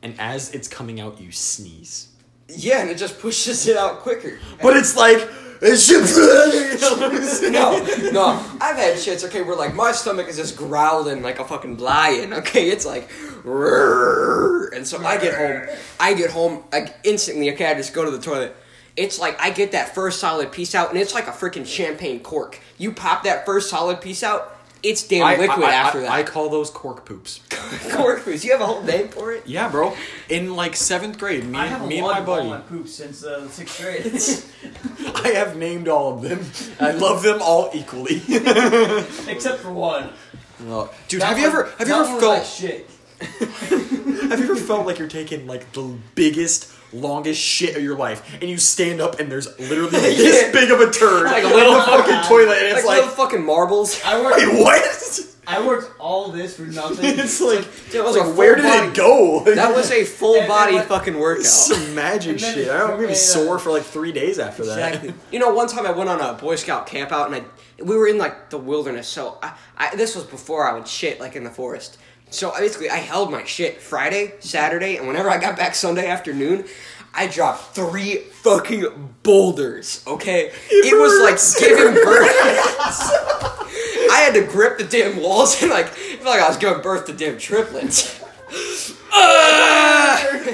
Speaker 3: and as it's coming out, you sneeze.
Speaker 2: yeah, and it just pushes it out quicker.
Speaker 3: But it's like it's just
Speaker 2: No, no. I've had shits, okay, where like my stomach is just growling like a fucking lion, okay? It's like, "Rrrr." and so I get home. I get home like, instantly, okay? I just go to the toilet. It's like I get that first solid piece out, and it's like a freaking champagne cork. You pop that first solid piece out, it's damn liquid
Speaker 3: I- I-
Speaker 2: after
Speaker 3: I
Speaker 2: that.
Speaker 3: call those cork poops.
Speaker 2: cork foods. You have a whole name for it?
Speaker 3: Yeah, bro. In like seventh grade, me,
Speaker 6: I have
Speaker 3: me
Speaker 6: a
Speaker 3: and
Speaker 6: lot
Speaker 3: my
Speaker 6: of all
Speaker 3: buddy,
Speaker 6: my poops since uh, sixth grade.
Speaker 3: I have named all of them. I love them all equally.
Speaker 6: Except for one.
Speaker 3: Well, Dude,
Speaker 6: That
Speaker 3: have you
Speaker 6: one-
Speaker 3: ever have you
Speaker 6: that
Speaker 3: ever
Speaker 6: one was
Speaker 3: felt
Speaker 6: like shit?
Speaker 3: Have you ever felt like you're taking like the biggest, longest shit of your life, and you stand up and there's literally this big of a turd
Speaker 2: Like a
Speaker 3: on
Speaker 2: little-
Speaker 3: the fucking toilet, and it's
Speaker 2: like, little
Speaker 3: like,
Speaker 2: fucking marbles.
Speaker 6: I
Speaker 3: wait,
Speaker 6: worked.
Speaker 3: what?
Speaker 6: I worked all this for nothing.
Speaker 3: it's like,
Speaker 2: That was
Speaker 3: it's
Speaker 2: a
Speaker 3: like, where
Speaker 2: full
Speaker 3: did
Speaker 2: body-
Speaker 3: it go? Like,
Speaker 2: That was a full
Speaker 6: And-
Speaker 2: body
Speaker 6: and what-
Speaker 2: fucking workout.
Speaker 3: some magic
Speaker 6: And then
Speaker 3: shit.
Speaker 6: it-
Speaker 3: I don't, I'm gonna
Speaker 6: yeah.
Speaker 3: be sore for like three days after that.
Speaker 2: Exactly. you know, one time I went on a Boy Scout camp out, and I we were in like the wilderness. So I, I this was before I would shit like in the forest. So I basically, I held my shit Friday, Saturday, and whenever I got back Sunday afternoon, I dropped three fucking boulders. Okay, it, was
Speaker 3: hurts.
Speaker 2: like giving birth. I had to grip the damn walls and like it felt like I was giving birth to damn triplets. Ah!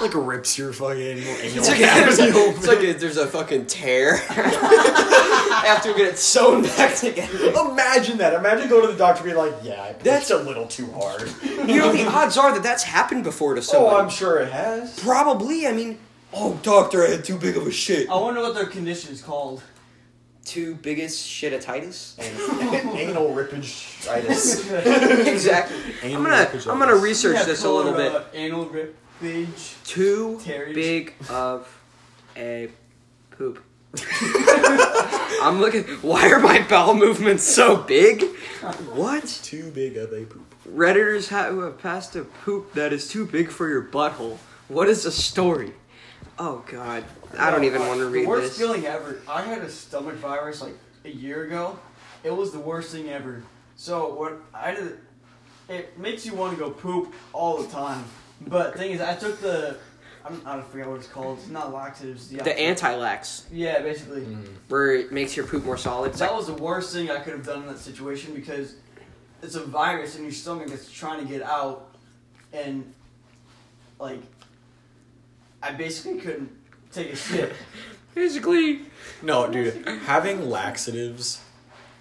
Speaker 3: Like rips your fucking. Anal
Speaker 2: It's like,
Speaker 3: cavity open.
Speaker 2: it's like there's a fucking tear after we get it sewn back together.
Speaker 3: Imagine that. Imagine going to the doctor and being like, yeah, I
Speaker 2: That's-
Speaker 3: that's a little too hard.
Speaker 2: You know, the odds are that that's happened before to someone.
Speaker 3: oh, I'm sure it has.
Speaker 2: Probably, I mean, oh, doctor, I had too big of a shit.
Speaker 4: Oh.
Speaker 6: I wonder what their condition is called.
Speaker 2: Two biggest shitatitis?
Speaker 3: Anal rippage.
Speaker 2: exactly. I'm gonna, I'm gonna research
Speaker 6: Yeah,
Speaker 2: this a little
Speaker 6: called,
Speaker 2: bit.
Speaker 6: uh, Anal rippage.
Speaker 2: Too
Speaker 6: Terry's.
Speaker 2: big of a poop. I'm looking. Why are my bowel movements so big? What?
Speaker 3: Too big of a poop.
Speaker 2: Redditors ha- who have passed a poop that is too big for your butthole. What is the story? Oh God, I don't even want to read
Speaker 6: The worst
Speaker 2: this.
Speaker 6: feeling ever. I had a stomach virus like a year ago. It was the worst thing ever. So what I did, it makes you want to go poop all the time. But thing is, I took the, I'm, I don't forget what it's called. It's not laxatives. The,
Speaker 2: The anti-lax,
Speaker 6: Yeah, basically.
Speaker 2: where it makes your poop more solid. It's
Speaker 6: That
Speaker 2: like,
Speaker 6: was the worst thing I could have done in that situation because it's a virus in your stomach that's trying to get out, and like, I basically couldn't take a shit.
Speaker 2: basically,
Speaker 3: No, dude, having laxatives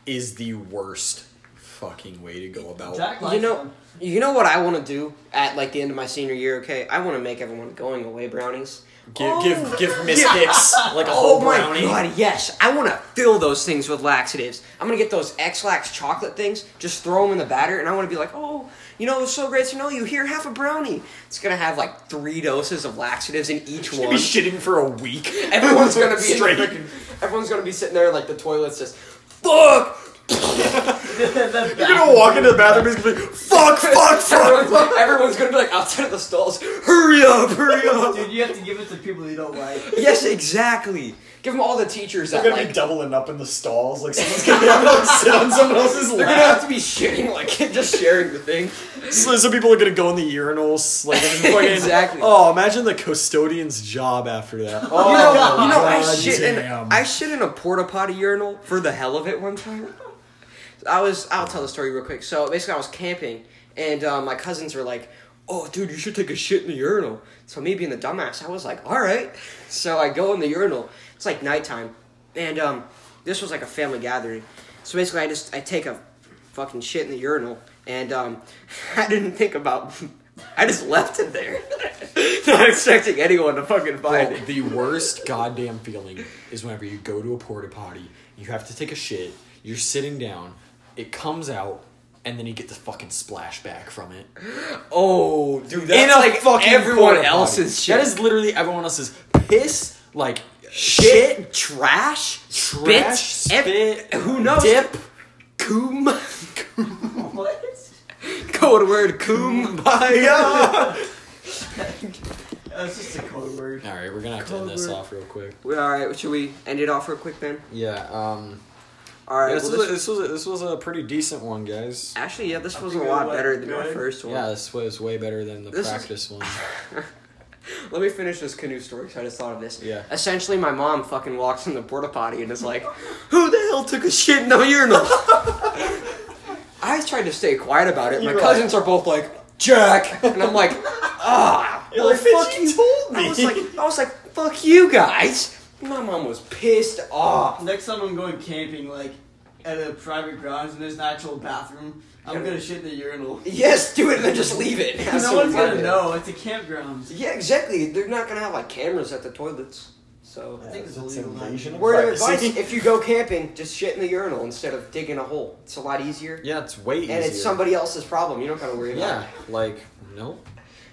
Speaker 3: is the worst fucking way to go about.
Speaker 6: Jack
Speaker 2: you
Speaker 6: likes
Speaker 2: know,
Speaker 6: them.
Speaker 2: you know what I want to do at like the end of my senior year. Okay, I want to make everyone going away brownies.
Speaker 3: Give, give, give Miss Hicks like a
Speaker 2: Oh
Speaker 3: whole
Speaker 2: my
Speaker 3: brownie.
Speaker 2: god, yes! I want to fill those things with laxatives. I'm gonna get those X-Lax chocolate things, just throw them in the batter, and I want to be like, oh, you know, it was so great to know you. Here, have a brownie. It's gonna have like three doses of laxatives in each
Speaker 3: You'll
Speaker 2: one.
Speaker 3: be shitting for a week.
Speaker 2: Everyone's gonna be
Speaker 3: Straight.
Speaker 2: freaking- everyone's gonna be sitting there like the toilets just fuck.
Speaker 3: You're gonna walk into the bathroom and he's gonna be like, fuck, fuck, fuck.
Speaker 2: Everyone's, everyone's gonna be like outside of the stalls. Hurry up! Hurry up!
Speaker 6: Dude, you have to give it to people you don't like.
Speaker 2: yes, exactly. Give them all the teachers that
Speaker 3: They're gonna
Speaker 2: like.
Speaker 3: be doubling up in the stalls. Like someone's gonna be having to sit on someone else's
Speaker 2: They're gonna have
Speaker 3: lap.
Speaker 2: to be shitting like just sharing the thing.
Speaker 3: So some people are gonna go in the urinals. Like and fucking,
Speaker 2: Exactly.
Speaker 3: Oh, imagine the custodian's job after that. Oh,
Speaker 2: You know, you know, I
Speaker 3: God
Speaker 2: shit in
Speaker 3: damn.
Speaker 2: I shit in a porta potty urinal for the hell of it one time. I was I'll tell the story real quick. So basically, I was camping, and uh, my cousins were like, "Oh, dude, you should take a shit in the urinal." So me being the dumbass, I was like, "All right." So I go in the urinal. It's like nighttime, and um, this was like a family gathering. So basically, I just I take a fucking shit in the urinal, and um, I didn't think about I just left it there, not expecting anyone to fucking find
Speaker 3: Well,
Speaker 2: it.
Speaker 3: the worst goddamn feeling is whenever you go to a porta potty, you have to take a shit, you're sitting down, it comes out, and then you get the fucking splash back from it.
Speaker 2: Oh, dude, that's like everyone
Speaker 3: porta potty.
Speaker 2: else's shit.
Speaker 3: That is literally everyone else's piss, like
Speaker 2: shit,
Speaker 3: shit,
Speaker 2: trash,
Speaker 3: trash,
Speaker 2: spit, ev-
Speaker 3: spit,
Speaker 2: who knows?
Speaker 3: dip,
Speaker 2: coom,
Speaker 4: What?
Speaker 2: code word kumbaya.
Speaker 4: That's just a code word.
Speaker 3: All right, we're gonna have to end this
Speaker 4: Covered.
Speaker 3: off real quick.
Speaker 2: All right, should we end it off real quick then?
Speaker 3: Yeah. Um.
Speaker 2: All right,
Speaker 3: this,
Speaker 2: well,
Speaker 3: was
Speaker 2: this-
Speaker 3: a, this was a, this was a pretty decent one, guys.
Speaker 2: actually, yeah, this was a
Speaker 4: think
Speaker 2: lot
Speaker 4: I like
Speaker 2: better than my
Speaker 4: good.
Speaker 2: first one.
Speaker 3: Yeah, this was way better than the
Speaker 2: This is-
Speaker 3: practice one.
Speaker 2: Let me finish this canoe story because I just thought of this.
Speaker 3: Yeah.
Speaker 2: Essentially, my mom fucking walks in the porta potty and is like, "Who the hell took a shit in the urinal?" I tried to stay quiet about it. My
Speaker 3: You're
Speaker 2: cousins are both like, "Jack," and I'm like, "Ah, well,
Speaker 3: like, "Bitch,
Speaker 2: fuck
Speaker 3: you told
Speaker 2: I
Speaker 3: me."
Speaker 2: was like, I was like, "Fuck you guys." My mom was pissed off.
Speaker 4: Next time I'm going camping, like at a private grounds and there's an actual bathroom, I'm gonna shit in the urinal.
Speaker 2: Yes, do it and then just leave it.
Speaker 4: No one's
Speaker 2: Absolutely.
Speaker 4: gonna know. It's a campground.
Speaker 2: Yeah, exactly. They're not gonna have like cameras at the toilets, so.
Speaker 4: I think it's
Speaker 3: That's
Speaker 4: illegal.
Speaker 3: invasion of
Speaker 2: Word of
Speaker 3: privacy.
Speaker 2: advice: If you go camping, just shit in the urinal instead of digging a hole. It's a lot easier,
Speaker 3: Yeah, it's way easier.
Speaker 2: and it's somebody else's problem. You don't gotta worry about.
Speaker 3: Yeah,
Speaker 2: it.
Speaker 3: like no.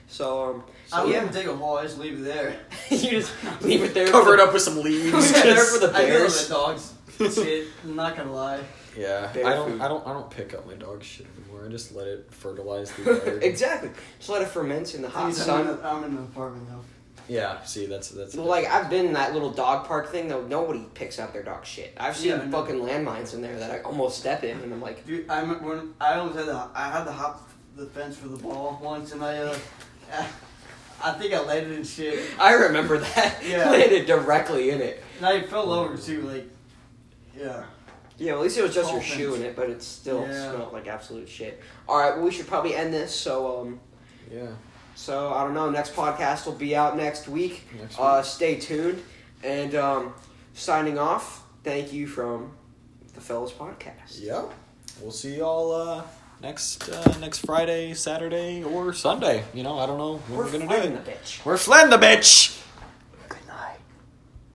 Speaker 2: So, um, so
Speaker 4: I wouldn't
Speaker 2: yeah,
Speaker 4: even dig a hole. I just leave it there.
Speaker 2: you just leave it there.
Speaker 3: Cover
Speaker 2: for
Speaker 3: it
Speaker 2: the-
Speaker 3: up with some leaves.
Speaker 2: Leave it there for the
Speaker 4: I go to
Speaker 2: bears.
Speaker 4: the dogs. Shit, I'm not gonna lie.
Speaker 3: Yeah,
Speaker 2: Bear
Speaker 3: I don't,
Speaker 2: food.
Speaker 3: I don't, I don't pick up my dog's shit anymore. I just let it fertilize the yard.
Speaker 2: exactly. Just let it ferment in the hot
Speaker 4: Things- I'm, in
Speaker 2: sun.
Speaker 4: the, I'm in the apartment now.
Speaker 3: Yeah, see, that's that's.
Speaker 2: Well, like I've been in that little dog park thing though. Nobody picks up their dog shit. I've seen
Speaker 4: Yeah, I know.
Speaker 2: fucking landmines in there that I almost step in, and I'm like,
Speaker 4: Dude, I remember when I almost had to, I had to hop the fence for the ball once, and I, uh, I think I landed in shit,
Speaker 2: I remember that
Speaker 4: Yeah.
Speaker 2: landed directly in it.
Speaker 4: and I fell over too. Like, yeah,
Speaker 2: Yeah, at least it was just your
Speaker 4: Dolphins.
Speaker 2: shoe in it, but it still
Speaker 4: Yeah.
Speaker 2: smelled like absolute shit. All right, well, we should probably end this. So, um,
Speaker 3: Yeah.
Speaker 2: So I don't know. Next podcast will be out next week.
Speaker 3: Next
Speaker 2: Uh, stay tuned. And um, signing off. Thank you from the Fellas Podcast.
Speaker 3: Yeah. We'll see y'all uh, next uh, next Friday, Saturday, or Sunday. You know, I don't know when
Speaker 2: We're
Speaker 3: we're, gonna do
Speaker 2: fighting
Speaker 3: it.
Speaker 2: the bitch.
Speaker 3: We're flan the bitch.